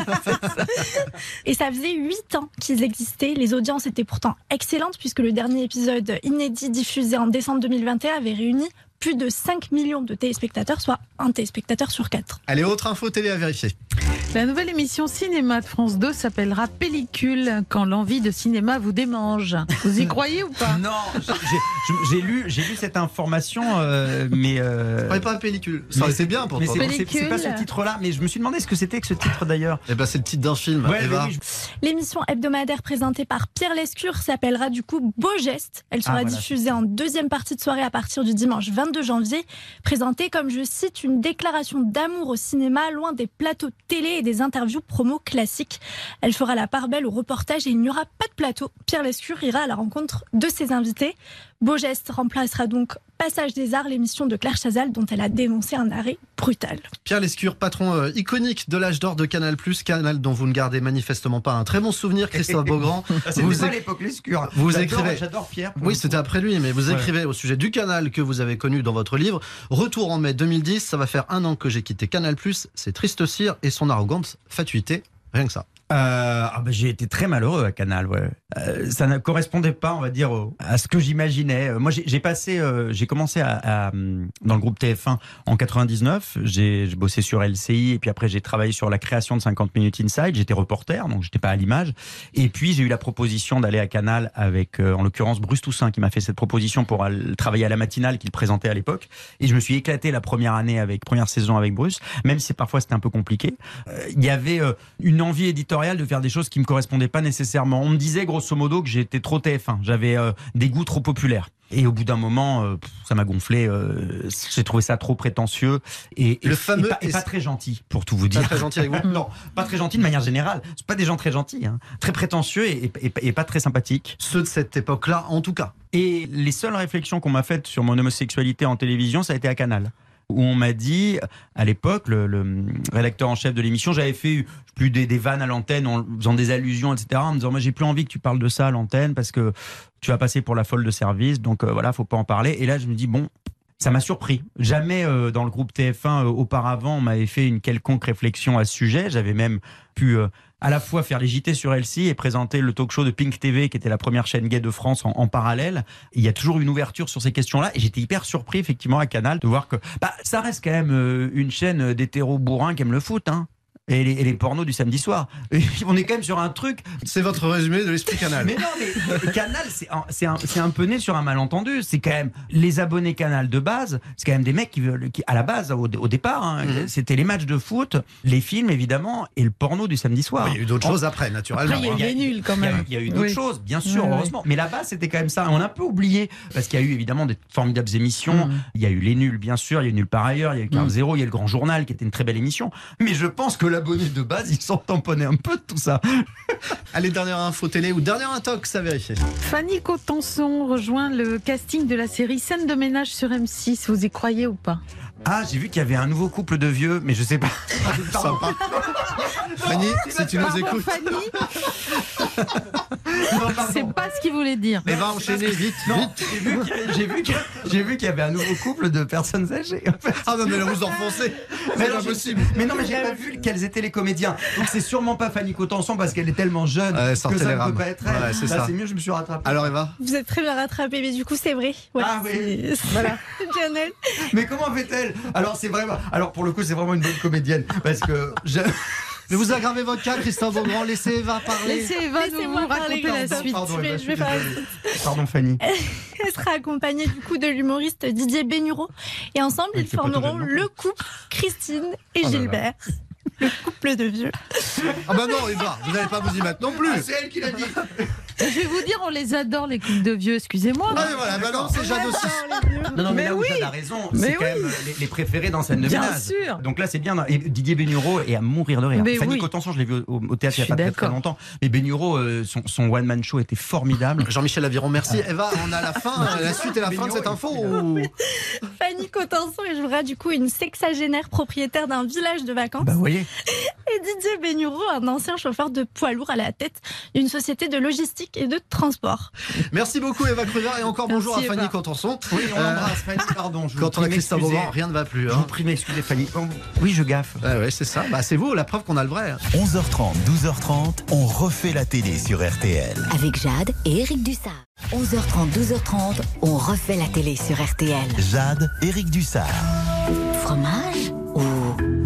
Speaker 15: Et ça faisait 8 ans qu'ils existaient. Les audiences étaient pourtant excellentes puisque le dernier épisode inédit diffusé en décembre 2021 avait réuni plus de 5 millions de téléspectateurs, soit un téléspectateur sur 4.
Speaker 3: Allez, autre info télé à vérifier.
Speaker 4: La nouvelle émission cinéma de France 2 s'appellera Pellicule quand l'envie de cinéma vous démange. Vous y croyez ou pas
Speaker 5: Non, j'ai- j'ai- j'ai lu, j'ai lu cette information, euh, mais. Euh...
Speaker 3: Ouais, pas pellicule. Ça aurait été bien pour
Speaker 5: mais
Speaker 3: toi.
Speaker 5: c'est- c'est- C'est pas ce
Speaker 15: Pellicule.
Speaker 5: titre-là, mais je me suis demandé ce que c'était que ce titre d'ailleurs.
Speaker 3: Eh ben, c'est le titre d'un film,
Speaker 5: Ouais,
Speaker 3: Eva.
Speaker 5: mais oui,
Speaker 15: L'émission hebdomadaire présentée par Pierre Lescure s'appellera du coup Beau Geste. Elle sera
Speaker 16: Ah, voilà.
Speaker 15: diffusée en deuxième partie de soirée à partir du dimanche 22 janvier. Présentée comme, je cite, une déclaration d'amour au cinéma, loin des plateaux de télé et des interviews promo classiques. Elle fera la part belle au reportage et il n'y aura pas de plateau. Pierre Lescure ira à la rencontre de ses invités. Beau Geste remplacera donc Passage des Arts, l'émission de Claire Chazal dont elle a dénoncé un arrêt brutal.
Speaker 3: Pierre Lescure, patron euh, iconique de l'âge d'or de Canal+, Canal dont vous ne gardez manifestement pas un très bon souvenir, Christophe Beaugrand.
Speaker 5: C'était
Speaker 3: Vous
Speaker 5: pas
Speaker 3: éc-
Speaker 5: l'époque Lescure.
Speaker 3: Vous
Speaker 5: J'adore-
Speaker 3: écrivez.
Speaker 5: J'adore Pierre.
Speaker 3: Oui, c'était après lui, mais vous
Speaker 5: Ouais.
Speaker 3: écrivez au sujet du canal que vous avez connu dans votre livre. Retour en mai 2010, ça va faire un an que j'ai quitté Canal+, c'est triste cire et son arrogante fatuité, rien que ça.
Speaker 5: Euh, ah bah, j'ai été très malheureux à Canal. Ouais. Euh, ça ne correspondait pas, on va dire, au- à ce que j'imaginais. Euh, Moi, j'ai j'ai passé, euh, j'ai commencé à, à, hum, dans le groupe TF1 en 99. J'ai j'ai bossé sur LCI et puis après j'ai travaillé sur la création de 50 minutes Inside. J'étais reporter, donc j'étais pas à l'image. Et puis j'ai eu la proposition d'aller à Canal avec, euh, en l'occurrence, Bruce Toussaint qui m'a fait cette proposition pour al- travailler à la matinale qu'il présentait à l'époque. Et je me suis éclaté la première année avec première saison avec Bruce, même si parfois c'était un peu compliqué. Euh, Il y avait euh, une envie éditoriale éditorial de faire des choses qui me correspondaient pas nécessairement. On me disait grosso modo que j'étais trop TF1, j'avais euh, des goûts trop populaires. Et au bout d'un moment, euh, pff, ça m'a gonflé. euh, J'ai trouvé ça trop prétentieux et, et-
Speaker 3: Le fameux
Speaker 5: et pas, et pas
Speaker 3: es-
Speaker 5: très gentil, pour tout vous
Speaker 3: Pas
Speaker 5: dire.
Speaker 3: très gentil avec vous
Speaker 5: Non, pas très gentil de manière générale. C'est pas des gens très gentils, hein. très prétentieux et, et- et pas très sympathiques.
Speaker 3: Ceux de cette époque-là, en tout cas.
Speaker 5: Et les seules réflexions qu'on m'a faites sur mon homosexualité en télévision, ça a été à Canal. Où on m'a dit, à l'époque, le, le rédacteur en chef de l'émission, j'avais fait plus des, des vannes à l'antenne en faisant des allusions, etc. En me disant, moi, j'ai plus envie que tu parles de ça à l'antenne parce que tu vas passer pour la folle de service, donc euh, voilà, faut pas en parler. Et là, je me dis, bon, ça m'a surpris. Jamais euh, dans le groupe TF1 euh, auparavant, on m'avait fait une quelconque réflexion à ce sujet. J'avais même pu euh, à la fois faire les JT sur LC et présenter le talk show de Pink TV, qui était la première chaîne gay de France en, en parallèle. Et il y a toujours une ouverture sur ces questions-là. Et j'étais hyper surpris, effectivement, à Canal, de voir que bah, ça reste quand même euh, une chaîne d'hétéros bourrins qui aiment le foot. Hein. Et les, et les pornos du samedi soir. Et on est quand même sur un truc.
Speaker 3: C'est votre résumé de l'esprit Canal.
Speaker 5: Mais non, mais euh, Canal, c'est un, c'est un- c'est un peu né sur un malentendu. C'est quand même les abonnés Canal de base. C'est quand même des mecs qui veulent, qui, à la base, au, au départ, hein, c'était les matchs de foot, les films évidemment, et le porno du samedi soir.
Speaker 3: Ah, Il y a eu d'autres
Speaker 5: En-
Speaker 3: choses après, naturellement.
Speaker 5: Après,
Speaker 3: hein.
Speaker 5: il y a- il y a- Il y a eu d'autres choses, bien sûr,
Speaker 3: Oui, oui.
Speaker 5: heureusement. Mais la base, c'était quand même ça. On a un peu oublié, parce qu'il y a eu évidemment des formidables émissions.
Speaker 3: Mm.
Speaker 5: Il y a eu Les Nuls, bien sûr. Il y a eu Nuls par ailleurs. Il y a eu 15 0 Il y a eu Le Grand Journal, qui était une très belle émission. Mais je pense que l'abonné de base, il s'en tamponnait un peu de tout ça.
Speaker 3: hein. Allez, dernière info télé ou dernière intox à vérifier.
Speaker 4: Fanny Cotenson rejoint le casting de la série Scène de ménage sur M6. Vous y croyez ou pas
Speaker 5: Ah, j'ai vu qu'il y avait un nouveau couple de vieux, mais je sais pas. Sympa.
Speaker 3: Fanny, si Ah, tu nous
Speaker 4: Pardon,
Speaker 3: écoutes.
Speaker 4: Fanny, c'est pas ce qu'il voulait dire.
Speaker 3: Mais va enchaîner Eh ben, vite,
Speaker 5: Non,
Speaker 3: vite.
Speaker 5: j'ai vu qu'il y a- j'ai vu qu'il y a- j'ai vu qu'il y avait un nouveau couple de personnes âgées.
Speaker 3: Ah non, mais là, vous enfoncez.
Speaker 5: Mais
Speaker 3: C'est
Speaker 5: non,
Speaker 3: pas
Speaker 5: je-
Speaker 3: possible.
Speaker 5: Mais non, mais j'ai pas vu quels étaient les comédiens. Donc c'est sûrement pas Fanny Cotenson parce qu'elle est tellement jeune
Speaker 3: Ouais,
Speaker 5: que
Speaker 3: sortez
Speaker 5: ça
Speaker 3: les
Speaker 5: ne
Speaker 3: rames.
Speaker 5: peut pas être
Speaker 3: Ouais,
Speaker 5: elle.
Speaker 3: c'est
Speaker 5: Là,
Speaker 3: ça. Ah.
Speaker 5: c'est mieux, je me suis rattrapé.
Speaker 3: Alors, Eva
Speaker 15: Vous êtes très bien rattrapé, mais du coup, c'est vrai.
Speaker 5: Ah oui.
Speaker 15: c'est- c'est bien elle.
Speaker 5: Mais comment fait-elle Alors c'est vraiment. Alors pour le coup, c'est vraiment une bonne comédienne parce que. Je...
Speaker 3: Ne vous aggravez votre cas, Christophe Beaugrand, laissez Eva parler.
Speaker 4: Laissez Eva nous
Speaker 15: Laissez-moi parler,
Speaker 4: raconter la
Speaker 15: Quentin.
Speaker 4: suite.
Speaker 3: Pardon,
Speaker 15: Je vais-
Speaker 3: Eva, je
Speaker 15: je
Speaker 3: suis
Speaker 15: vais faire-
Speaker 3: désolé.
Speaker 5: Pardon Fanny.
Speaker 4: Euh,
Speaker 15: Elle sera accompagnée du coup de l'humoriste Didier Bénureau. Et ensemble,
Speaker 5: Ouais,
Speaker 15: ils
Speaker 5: c'est Ah, pas tout
Speaker 15: formeront
Speaker 5: jeune, non
Speaker 15: le couple Christine et
Speaker 5: Oh là là.
Speaker 15: Gilbert. Le couple de vieux.
Speaker 3: Ah bah non, Eva, vous n'allez pas vous y mettre non
Speaker 5: Ah,
Speaker 3: plus.
Speaker 5: c'est elle qui l'a dit.
Speaker 4: Je vais vous dire, on les adore, les couples de vieux, excusez-moi.
Speaker 3: Ah mais voilà, bah non, c'est Jeanne aussi.
Speaker 5: Non, non,
Speaker 4: Mais
Speaker 5: mais, là où
Speaker 4: oui.
Speaker 5: Jeanne a raison,
Speaker 4: Mais
Speaker 5: c'est quand
Speaker 4: oui.
Speaker 5: même les, les préférés dans scène de
Speaker 4: Bien
Speaker 5: ménage.
Speaker 4: sûr.
Speaker 5: Donc là, c'est bien. Et Didier Bénureau est à mourir de rire.
Speaker 4: Mais
Speaker 5: Fanny
Speaker 4: oui.
Speaker 5: Cotenson, je l'ai vu au, au théâtre il
Speaker 4: Je
Speaker 5: n'y a
Speaker 4: suis
Speaker 5: pas très, très
Speaker 4: d'accord.
Speaker 5: longtemps. Mais Bénureau, euh, son, son one-man show était formidable.
Speaker 3: Jean-Michel Aviron, merci.
Speaker 5: Ah.
Speaker 3: Eva, on a la fin, euh, la suite et la fin de cette info. ou-
Speaker 15: Fanny Cotenson elle jouera du coup une sexagénaire propriétaire d'un village de vacances.
Speaker 5: Bah, vous voyez.
Speaker 15: Et Didier Bénureau, un ancien chauffeur de poids lourd à la tête d'une société de logistique et de transport.
Speaker 3: Merci beaucoup, Eva Cruvard, et encore bonjour à
Speaker 4: Merci,
Speaker 3: Fanny
Speaker 4: Eva.
Speaker 3: Contenson.
Speaker 5: Oui, on
Speaker 3: Euh,
Speaker 5: l'embrasse, Fanny, pardon. Je vous
Speaker 3: Quand on a
Speaker 5: prie
Speaker 3: Christophe
Speaker 5: m'excuser.
Speaker 3: Beaugrand, rien ne va plus.
Speaker 5: Je vous
Speaker 3: Hein.
Speaker 5: prie, m'excuser, Fanny. Oh, Oui, je gaffe.
Speaker 3: Ouais, ouais, c'est ça. Bah, c'est vous, la preuve qu'on a le vrai.
Speaker 1: 11h30, 12h30, on refait la télé sur RTL.
Speaker 2: Avec Jade et Eric Dussard. 11h30, 12h30, on refait la télé sur RTL.
Speaker 1: Jade, Éric Dussard.
Speaker 2: Fromage ou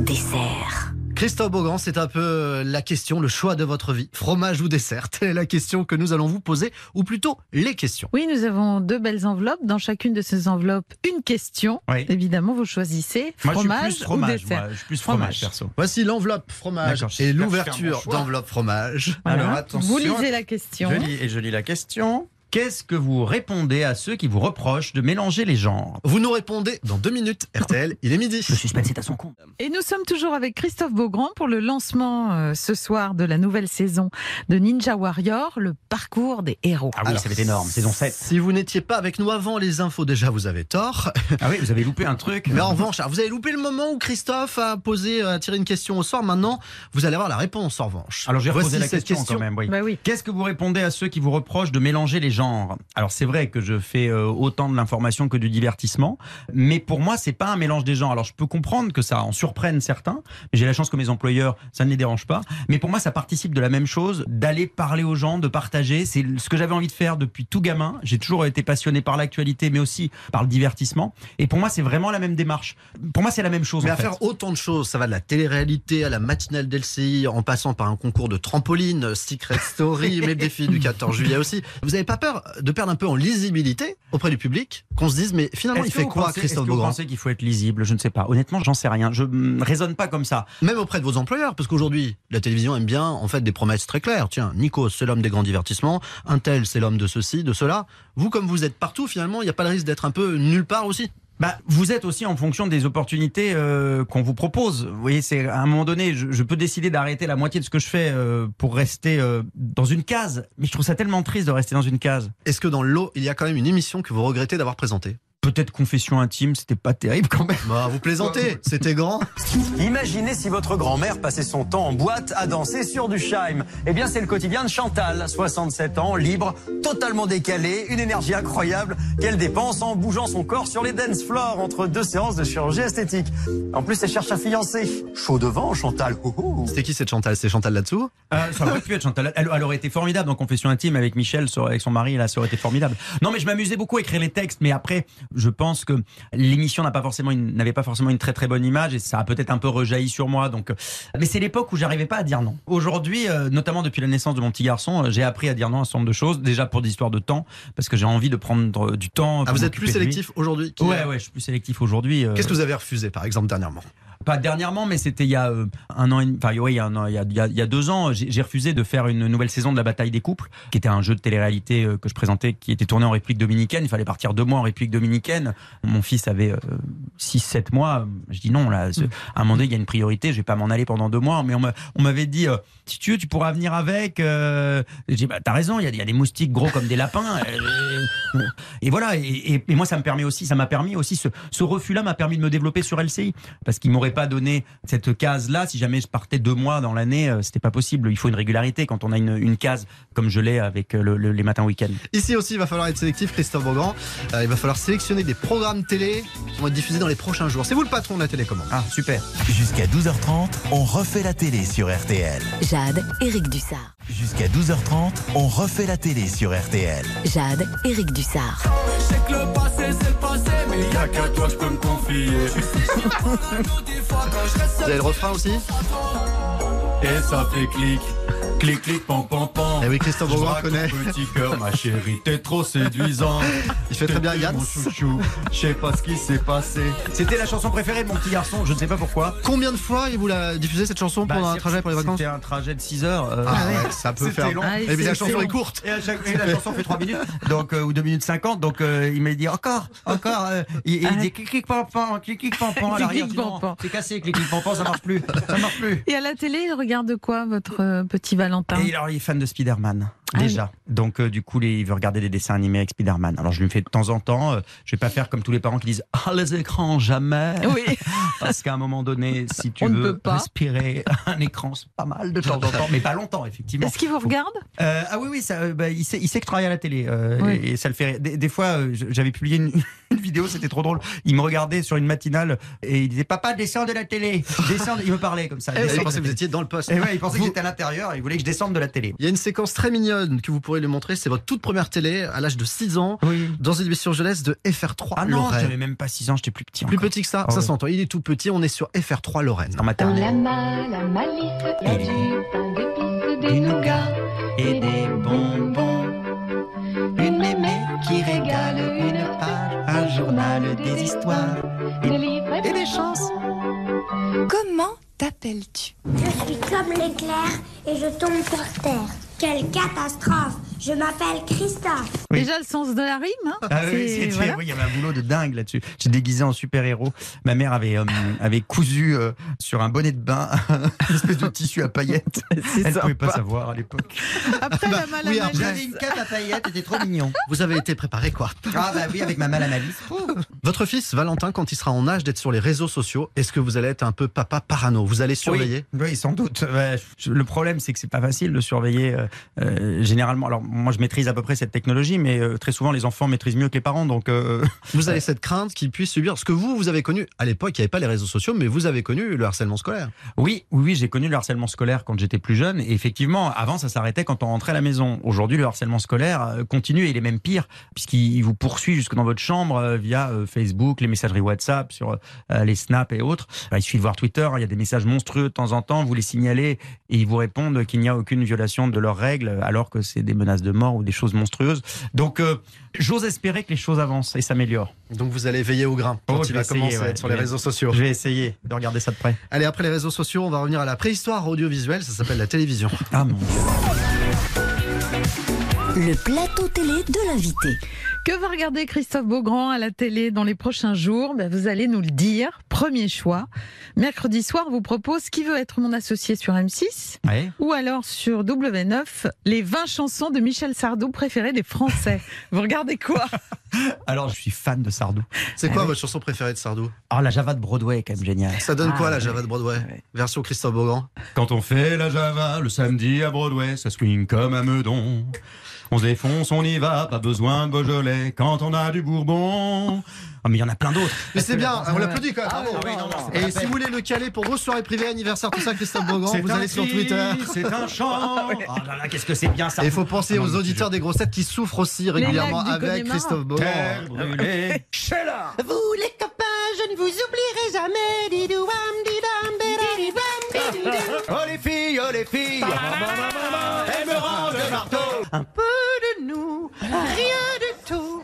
Speaker 2: dessert
Speaker 3: Christophe Beaugrand, c'est un peu euh, la question, le choix de votre vie. Fromage ou dessert C'est la question que nous allons vous poser, ou plutôt les questions.
Speaker 4: Oui, nous avons deux belles enveloppes. Dans chacune de ces enveloppes, une question.
Speaker 5: Oui.
Speaker 4: Évidemment, vous choisissez
Speaker 5: Moi,
Speaker 4: fromage,
Speaker 5: je suis plus fromage.
Speaker 4: ou dessert.
Speaker 5: moi. Je suis plus
Speaker 4: Fromage.
Speaker 5: fromage, perso.
Speaker 3: Voici l'enveloppe fromage
Speaker 5: D'accord, je
Speaker 3: et
Speaker 5: cherche
Speaker 3: l'ouverture
Speaker 5: un choix.
Speaker 3: d'enveloppe fromage.
Speaker 4: Voilà.
Speaker 5: Alors, attention.
Speaker 4: Vous lisez la question.
Speaker 5: Je lis et je lis la question. Qu'est-ce que vous répondez à ceux qui vous reprochent de mélanger les genres
Speaker 3: Vous nous répondez dans deux minutes. RTL, il est midi.
Speaker 5: Le suspense est à son compte.
Speaker 4: Et nous sommes toujours avec Christophe Beaugrand pour le lancement euh, ce soir de la nouvelle saison de Ninja Warrior, le parcours des héros.
Speaker 5: Ah oui,
Speaker 3: Alors,
Speaker 5: ça va être énorme. Saison 7.
Speaker 3: Si vous n'étiez pas avec nous avant les infos, déjà vous avez tort.
Speaker 5: Ah oui, vous avez loupé un truc.
Speaker 3: Mais en revanche, alors, vous avez loupé le moment où Christophe a posé, euh, a tiré une question au sort. Maintenant, vous allez avoir la réponse en revanche.
Speaker 5: Alors, je vais
Speaker 3: Voici
Speaker 5: reposer la
Speaker 3: cette
Speaker 5: question, quand même. oui.
Speaker 4: Bah oui.
Speaker 5: Qu'est-ce que vous répondez à ceux qui vous reprochent de mélanger les genres Alors c'est vrai que je fais euh, autant de l'information que du divertissement, mais pour moi c'est pas un mélange des genres. Alors je peux comprendre que ça en surprenne certains, mais j'ai la chance que mes employeurs ça ne les dérange pas. Mais pour moi ça participe de la même chose, d'aller parler aux gens, de partager. C'est ce que j'avais envie de faire depuis tout gamin. J'ai toujours été passionné par l'actualité, mais aussi par le divertissement. Et pour moi c'est vraiment la même démarche. Pour moi c'est la même chose.
Speaker 3: Mais
Speaker 5: en
Speaker 3: à
Speaker 5: fait.
Speaker 3: faire autant de choses, ça va de la télé-réalité à la matinale euh, d'LCI, en passant par un concours de trampoline, Secret Story, mais le défi du 14 juillet aussi. Vous n'avez pas peur perd, de perdre un peu en lisibilité auprès du public, qu'on se dise mais finalement
Speaker 5: Est-ce
Speaker 3: il
Speaker 5: que
Speaker 3: fait
Speaker 5: vous
Speaker 3: quoi
Speaker 5: pensez- est-ce
Speaker 3: Christophe
Speaker 5: que vous
Speaker 3: Beaugrand
Speaker 5: pensez qu'il faut être lisible Je ne sais pas. Honnêtement, j'en sais rien. Je ne raisonne pas comme ça.
Speaker 3: Même auprès de vos employeurs, parce qu'aujourd'hui, la télévision aime bien en fait des promesses très claires. Tiens, Nico, c'est l'homme des grands divertissements, un tel, c'est l'homme de ceci, de cela. Vous, comme vous êtes partout, finalement, il n'y a pas le risque d'être un peu nulle part aussi.
Speaker 5: Bah, vous êtes aussi en fonction des opportunités euh, qu'on vous propose. Vous voyez, c'est à un moment donné, je, je peux décider d'arrêter la moitié de ce que je fais euh, pour rester euh, dans une case. Mais je trouve ça tellement triste de rester dans une case.
Speaker 3: Est-ce que dans l'eau, il y a quand même une émission que vous regrettez d'avoir présentée
Speaker 5: Peut-être confession intime, c'était pas terrible quand même.
Speaker 3: Bah, vous plaisantez, c'était grand.
Speaker 16: Imaginez si votre grand-mère passait son temps en boîte à danser sur du chime. Eh bien, c'est le quotidien de Chantal, 67 ans, libre, totalement décalée, une énergie incroyable qu'elle dépense en bougeant son corps sur les dance floors entre deux séances de chirurgie esthétique. En plus, elle cherche un fiancé. Chaud devant, Chantal. Oh, oh.
Speaker 3: C'était qui cette Chantal C'est Chantal là-dessous Ah,
Speaker 5: Euh, ça aurait pu être Chantal. Elle, elle aurait été formidable en confession intime avec Michel, ça aurait- avec son mari, là, ça aurait été formidable. Non, mais je m'amusais beaucoup à écrire les textes, mais après, je pense que l'émission n'a pas forcément une- n'avait pas forcément une très très bonne image et ça a peut-être un peu rejailli sur moi. Donc, euh, mais c'est l'époque où j'arrivais pas à dire non. Aujourd'hui, euh, notamment depuis la naissance de mon petit garçon, euh, j'ai appris à dire non à un certain nombre de choses. Déjà pour des histoires de temps, parce que j'ai envie de prendre euh, du temps.
Speaker 3: Ah,
Speaker 5: pour
Speaker 3: vous êtes plus
Speaker 5: m'occuper de lui.
Speaker 3: sélectif aujourd'hui qu'il y
Speaker 5: Ouais,
Speaker 3: a-
Speaker 5: ouais, je suis plus sélectif aujourd'hui. euh,
Speaker 3: Qu'est-ce que vous avez refusé, par exemple, dernièrement
Speaker 5: pas dernièrement, mais c'était il y a euh, un an, et demi- enfin ouais, il y a un an, il y a, il y a- il y a deux ans, j'ai j'ai refusé de faire une nouvelle saison de la Bataille des couples, qui était un jeu de télé-réalité euh, que je présentais, qui était tourné en République dominicaine. Il fallait partir deux mois en République dominicaine. Mon fils avait 6-7 mois. Je dis non, là, ce- à un moment donné, il y a une priorité. Je vais pas m'en aller pendant deux mois. Mais on m'a- on m'avait dit, euh, si tu veux, tu pourras venir avec. euh. J'ai dit, bah, t'as raison. Il y a- il y, a des moustiques gros comme des lapins. Euh, et voilà. Et, et- et moi, ça me permet aussi, ça m'a permis aussi, ce, ce refus-là m'a permis de me développer sur LCI. Parce qu'il m'aurait pas donné cette case-là. Si jamais je partais deux mois dans l'année, euh, c'était pas possible. Il faut une régularité quand on a une, une case comme je l'ai avec euh, le- le- les matins week-ends.
Speaker 3: Ici aussi, il va falloir être sélectif, Christophe Beaugrand. Euh, il va falloir sélectionner des programmes télé qui vont être diffusés dans les prochains jours. C'est vous le patron de la télécommande.
Speaker 5: Ah, super.
Speaker 1: Jusqu'à 12h30, on refait la télé sur RTL.
Speaker 2: Jade, Éric Dussard.
Speaker 1: Jusqu'à 12h30, on refait la télé sur RTL.
Speaker 2: Jade, Éric Dussard.
Speaker 12: sais que le passé c'est le passé, mais y a qu'à toi que je peux me confier. Tu sais, j'ai parano des fois quand je reste
Speaker 3: Vous avez le refrain aussi
Speaker 12: Et ça fait clic, clic, clic, pam, pam, pam.
Speaker 3: Eh oui, Christophe
Speaker 12: Je
Speaker 3: Beaugrand
Speaker 12: braque
Speaker 3: connaît.
Speaker 12: ton Petit cœur, ma chérie, t'es trop séduisant.
Speaker 3: Il fait très bien Yann.
Speaker 12: Mon chouchou, je sais pas ce qui s'est passé.
Speaker 5: C'était la chanson préférée de mon petit garçon. Je ne sais pas pourquoi.
Speaker 3: Combien de fois il vous l'a diffusé cette chanson
Speaker 5: Bah,
Speaker 3: pendant un
Speaker 5: c'est-
Speaker 3: trajet pour les vacances
Speaker 5: C'était un trajet de 6 heures. euh,
Speaker 3: Ah ouais, ça peut
Speaker 5: c'était
Speaker 3: faire-
Speaker 5: long.
Speaker 3: Ah, Et puis la c'était chanson long. est courte.
Speaker 5: Et, à chaque- et la chanson fait 3 minutes donc, euh, ou 2 minutes 50. Donc euh, il m'a dit encore, encore. euh, il, il dit
Speaker 3: Ah.
Speaker 5: clic clic pam pam, clic clic pam pam. à l'arrière,
Speaker 4: Clic, clic,
Speaker 5: sinon,
Speaker 4: pam, pam.
Speaker 5: C'est cassé, clic clic pam pam, ça marche plus. Ça marche plus.
Speaker 4: Et à la télé, il regarde quoi, votre euh, petit Valentin
Speaker 5: Et alors, il est fan de Spider-Man,
Speaker 4: Ah oui.
Speaker 5: déjà. Donc, euh, du coup, les- il veut regarder des dessins animés avec Spider-Man. Alors, je lui fais de temps en temps. euh, je vais pas faire comme tous les parents qui disent Ah, les écrans, jamais
Speaker 4: Oui.
Speaker 5: Parce qu'à un moment donné, si tu
Speaker 4: On ne peut
Speaker 5: veux
Speaker 4: pas.
Speaker 5: respirer un écran, c'est pas mal de temps en temps, mais pas longtemps, effectivement.
Speaker 4: Est-ce qu'il vous regarde
Speaker 5: Euh, ah oui, oui, ça, euh, bah, il, sait, il sait que je travaille à la télé. euh,
Speaker 4: Oui.
Speaker 5: et, et ça le fait rire. Des, des fois, euh, je- j'avais publié une, une vidéo, c'était trop drôle. Il me regardait sur une matinale et il disait Papa, descends de la télé Descends de- Il me parlait comme ça.
Speaker 3: Eh oui,
Speaker 5: Descends
Speaker 3: il
Speaker 5: de
Speaker 3: pensait
Speaker 5: la
Speaker 3: que vous
Speaker 5: télé.
Speaker 3: étiez dans le poste.
Speaker 5: Eh ouais, il pensait
Speaker 3: Vous-
Speaker 5: que j'étais à l'intérieur, il voulait que je descende de la télé.
Speaker 3: Il y a une séquence très mignonne que vous pourrez lui montrer. C'est votre toute première télé à l'âge de 6 ans dans une émission jeunesse de FR3
Speaker 5: Ah non,
Speaker 3: Lorraine.
Speaker 5: j'avais même pas 6 ans, j'étais plus petit.
Speaker 3: Plus
Speaker 5: encore.
Speaker 3: petit que ça,
Speaker 5: Ah
Speaker 3: ça
Speaker 5: ouais.
Speaker 3: s'entend. Il est tout petit, on est sur FR3 Lorraine.
Speaker 5: En maternelle.
Speaker 12: la malice, y a du pain d'épices,
Speaker 5: des nougats et des bonbons. Une mémé qui régale une page, un journal, des histoires
Speaker 12: des livres et des chansons.
Speaker 17: Comment t'appelles-tu
Speaker 18: Je suis comme l'éclair et je tombe par terre. Quelle catastrophe Je m'appelle Christophe.
Speaker 4: Déjà le sens de la rime. hein
Speaker 5: Ah
Speaker 4: C'est-
Speaker 5: oui, c'était-
Speaker 4: voilà.
Speaker 5: oui, il y avait un boulot de dingue là-dessus. J'ai déguisé en super-héros. Ma mère avait, euh, avait cousu euh, sur un bonnet de bain une espèce de tissu à paillettes. Elle ne pouvait pas savoir à l'époque.
Speaker 4: Après la malle à
Speaker 5: Bah oui,
Speaker 4: malice.
Speaker 5: j'avais une cape à paillettes, c'était trop mignon.
Speaker 3: Vous avez été préparé quoi
Speaker 5: Ah bah oui, avec ma malle à malice.
Speaker 3: Votre fils Valentin, quand il sera en âge d'être sur les réseaux sociaux, est-ce que vous allez être un peu papa parano Vous allez surveiller
Speaker 5: Oui, oui, sans doute. Ouais, je- Le problème, c'est que c'est pas facile de surveiller euh, euh, généralement. Alors moi, je maîtrise à peu près cette technologie, mais euh, très souvent, les enfants maîtrisent mieux que les parents. Donc euh,
Speaker 3: Vous avez cette crainte qu'il puisse subir ce que vous, vous avez connu. À l'époque, il n'y avait pas les réseaux sociaux, mais vous avez connu le harcèlement scolaire.
Speaker 5: Oui, oui, oui, j'ai connu le harcèlement scolaire quand j'étais plus jeune. Et effectivement, avant, ça s'arrêtait quand on rentrait à la maison. Aujourd'hui, le harcèlement scolaire euh, continue et il est même pire, puisqu'il il vous poursuit jusque dans votre chambre euh, via euh, Facebook, les messageries WhatsApp, sur euh, les snaps et autres. Bah, il suffit de voir Twitter, il y a des messages monstrueux de temps en temps, vous les signalez et ils vous répondent qu'il n'y a aucune violation de leurs règles, alors que c'est des menaces de mort ou des choses monstrueuses. Donc, euh, j'ose espérer que les choses avancent et s'améliorent.
Speaker 3: Donc, vous allez veiller au grain quand
Speaker 5: Oh,
Speaker 3: il
Speaker 5: je
Speaker 3: va
Speaker 5: vais essayer,
Speaker 3: commencer à
Speaker 5: ouais.
Speaker 3: être sur les
Speaker 5: Je vais-
Speaker 3: réseaux sociaux.
Speaker 5: Je vais essayer de regarder ça de près.
Speaker 3: Allez, après les réseaux sociaux, on va revenir à la préhistoire audiovisuelle, ça s'appelle la télévision.
Speaker 5: Ah mon
Speaker 2: Le plateau télé de l'invité.
Speaker 4: Que va regarder Christophe Beaugrand à la télé dans les prochains jours Ben, Vous allez nous le dire. Premier choix. Mercredi soir, vous propose Qui veut être mon associé sur M6
Speaker 5: Ouais.
Speaker 4: Ou alors sur W9, les 20 chansons de Michel Sardou préférées des Français. vous regardez quoi
Speaker 5: Alors, je suis fan de Sardou.
Speaker 3: C'est quoi votre chanson préférée de Sardou
Speaker 5: Ah, la Java de Broadway est quand même géniale.
Speaker 3: Ça donne
Speaker 5: Ah,
Speaker 3: quoi la Java de Broadway Version Christophe Beaugrand
Speaker 5: Quand on fait la Java le samedi à Broadway, ça swing comme un meudon. On se défonce, on y va, pas besoin de Beaujolais quand on a du Bourbon. Ah, mais il y en a plein d'autres.
Speaker 3: Mais c'est bien, on l'applaudit quand même, bravo.
Speaker 5: Ah, non,
Speaker 3: Et
Speaker 5: c'est
Speaker 3: si vous voulez le caler pour vos soirées privées, anniversaire, tout ça, Christophe Beaugrand,
Speaker 5: C'est
Speaker 3: vous
Speaker 5: un
Speaker 3: allez sur
Speaker 5: cri,
Speaker 3: Twitter.
Speaker 5: C'est un chant. Ah là là, qu'est-ce que c'est bien ça.
Speaker 3: Et il faut penser
Speaker 5: Ah non,
Speaker 3: aux
Speaker 5: mais
Speaker 3: auditeurs des grossettes qui souffrent aussi régulièrement
Speaker 5: lacs du
Speaker 3: avec
Speaker 5: Connemara.
Speaker 3: Christophe Beaugrand.
Speaker 5: Terre brûlée.
Speaker 12: Vous les copains, je ne vous oublierai jamais. Didouam, didam, bédadidam, bididam.
Speaker 16: Oh les filles, oh les filles
Speaker 7: Eh,
Speaker 16: Elles me
Speaker 19: Eh,
Speaker 16: rendent le marteau
Speaker 12: Un peu de nous, rien du tout.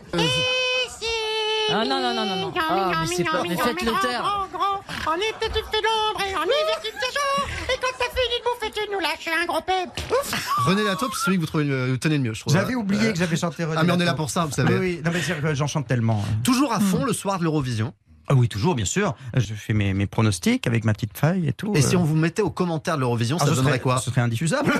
Speaker 12: Ici.
Speaker 20: Ah, non, non, non, non, non. Ah, mais c'est pas- mais faites l'auteur.
Speaker 12: On était tout fait l'ombre et on est vers une saison. Et quand t'as fini de bouffer, tu nous lâches un gros pep. Ouf.
Speaker 3: René Lataupe, c'est celui que vous, trouvez le- vous tenez le mieux, je trouve.
Speaker 5: J'avais oublié que j'avais chanté René
Speaker 3: Ah, mais on est là
Speaker 5: Lataupe.
Speaker 3: pour ça, vous savez.
Speaker 5: Oui, Hmm. oui. Non, mais c'est que j'en chante tellement.
Speaker 3: Toujours à fond le soir de l'Eurovision.
Speaker 5: Ah oui, toujours, bien sûr. Je fais mes, mes pronostics avec ma petite feuille et tout.
Speaker 3: Et si
Speaker 5: euh.
Speaker 3: on vous mettait aux commentaires de l'Eurovision,
Speaker 5: Ah,
Speaker 3: ça
Speaker 5: ce
Speaker 3: donnerait
Speaker 5: serait-
Speaker 3: quoi
Speaker 5: Ce serait indiffusable.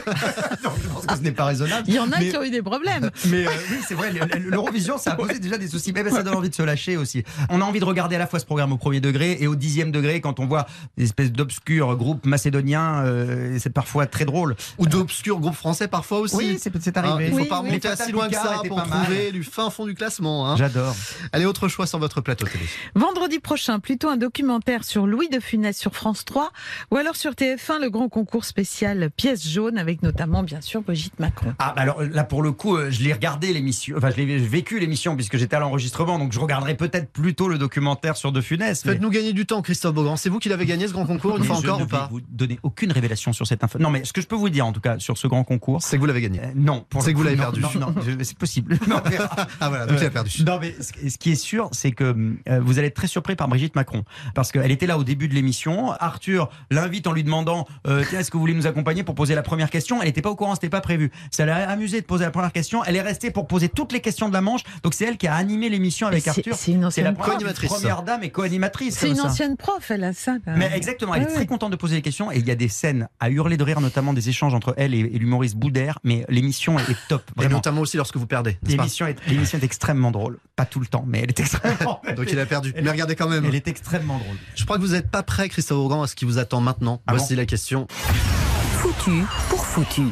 Speaker 5: Non, je pense que ce n'est pas raisonnable.
Speaker 4: Il y en a
Speaker 5: Mais-
Speaker 4: qui ont eu des problèmes.
Speaker 5: Mais euh, oui, c'est vrai, le- le- l'Eurovision, ça a posé déjà des soucis. Mais ben, ça donne envie de se lâcher aussi. On a envie de regarder à la fois ce programme au premier degré et au dixième degré quand on voit des espèces d'obscurs groupes macédoniens. euh, et c'est parfois très drôle.
Speaker 3: Ou d'obscurs groupes français parfois aussi.
Speaker 5: Oui, c'est- c'est arrivé.
Speaker 3: Hein, Il ne faut
Speaker 5: Oui,
Speaker 3: pas
Speaker 5: oui.
Speaker 3: remonter
Speaker 5: Les
Speaker 3: si loin que
Speaker 5: Fatal
Speaker 3: ça
Speaker 5: Luca
Speaker 3: pour
Speaker 5: étaient pas mal.
Speaker 3: trouver du fin fond du classement. hein.
Speaker 5: J'adore.
Speaker 3: Allez, autre choix sur votre plateau télé.
Speaker 4: Vendredi prochain, plutôt un documentaire sur Louis de Funès sur France 3 ou alors sur TF1, le grand concours spécial Pièce jaune avec notamment, bien sûr, Brigitte Macron.
Speaker 5: Ah, bah alors là, pour le coup, euh, je l'ai regardé l'émission, enfin, je l'ai vécu l'émission puisque j'étais à l'enregistrement, donc je regarderai peut-être plutôt le documentaire sur De Funès. mais-
Speaker 3: Faites-nous gagner du temps, Christophe Beaugrand. C'est vous qui l'avez gagné ce grand concours une
Speaker 5: Mais
Speaker 3: fois
Speaker 5: je
Speaker 3: encore
Speaker 5: ne
Speaker 3: ou
Speaker 5: vais
Speaker 3: pas
Speaker 5: vous donner aucune révélation sur cette info. Non, mais ce que je peux vous dire en tout cas sur ce grand concours,
Speaker 3: C'est que vous l'avez gagné.
Speaker 5: Euh, non, pour
Speaker 3: C'est
Speaker 5: le
Speaker 3: que vous
Speaker 5: coup,
Speaker 3: l'avez
Speaker 5: non,
Speaker 3: perdu.
Speaker 5: Non, non, je- c'est possible. Non, mais-
Speaker 3: Ah voilà, donc il a
Speaker 5: Euh,
Speaker 3: perdu.
Speaker 5: Non, mais ce ce qui est sûr, c'est que euh, vous allez être très surpris par Brigitte Macron. Parce qu'elle était là au début de l'émission. Arthur l'invite en lui demandant euh, Tiens, Est-ce que vous voulez nous accompagner pour poser la première question Elle n'était pas au courant, c'était pas prévu. Ça l'a amusé de poser la première question. Elle est restée pour poser toutes les questions de la manche. Donc c'est elle qui a animé l'émission avec
Speaker 4: C'est-
Speaker 5: Arthur.
Speaker 4: c'est une ancienne
Speaker 5: la première,
Speaker 3: co-animatrice.
Speaker 5: première dame et co-animatrice.
Speaker 4: C'est
Speaker 5: comme
Speaker 4: une
Speaker 5: ça.
Speaker 4: ancienne prof, elle a ça. là.
Speaker 5: Mais exactement, elle est
Speaker 4: Ouais,
Speaker 5: très
Speaker 4: ouais.
Speaker 5: contente de poser les questions et il y a des scènes à hurler de rire, notamment des échanges entre elle et, et l'humoriste Boudère. Mais l'émission est est top,
Speaker 3: Et
Speaker 5: vraiment.
Speaker 3: notamment aussi lorsque vous perdez. n'est-ce pas
Speaker 5: L'émission est, l'émission est extrêmement drôle, pas tout le temps, mais elle est extrêmement.
Speaker 3: Donc il a perdu. Mais regardez quand même.
Speaker 5: Elle est extrêmement drôle.
Speaker 3: Je crois que vous n'êtes pas prêt, Christophe Beaugrand, à ce qui vous attend maintenant.
Speaker 5: Ah bon
Speaker 3: Voici la question.
Speaker 2: Foutu pour foutu.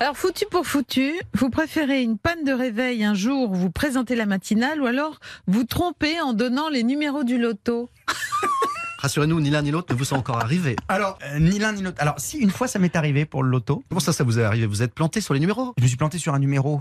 Speaker 4: Alors, foutu pour foutu, vous préférez une panne de réveil un jour, où vous présentez la matinale, ou alors vous trompez en donnant les numéros du loto
Speaker 3: Rassurez-nous, ni l'un ni l'autre ne vous sont encore arrivés.
Speaker 5: Alors, euh, ni l'un ni l'autre. Alors, si une fois ça m'est arrivé pour le loto,
Speaker 3: Comment ça, ça vous est arrivé Vous êtes planté sur les numéros
Speaker 5: je me suis planté sur un numéro.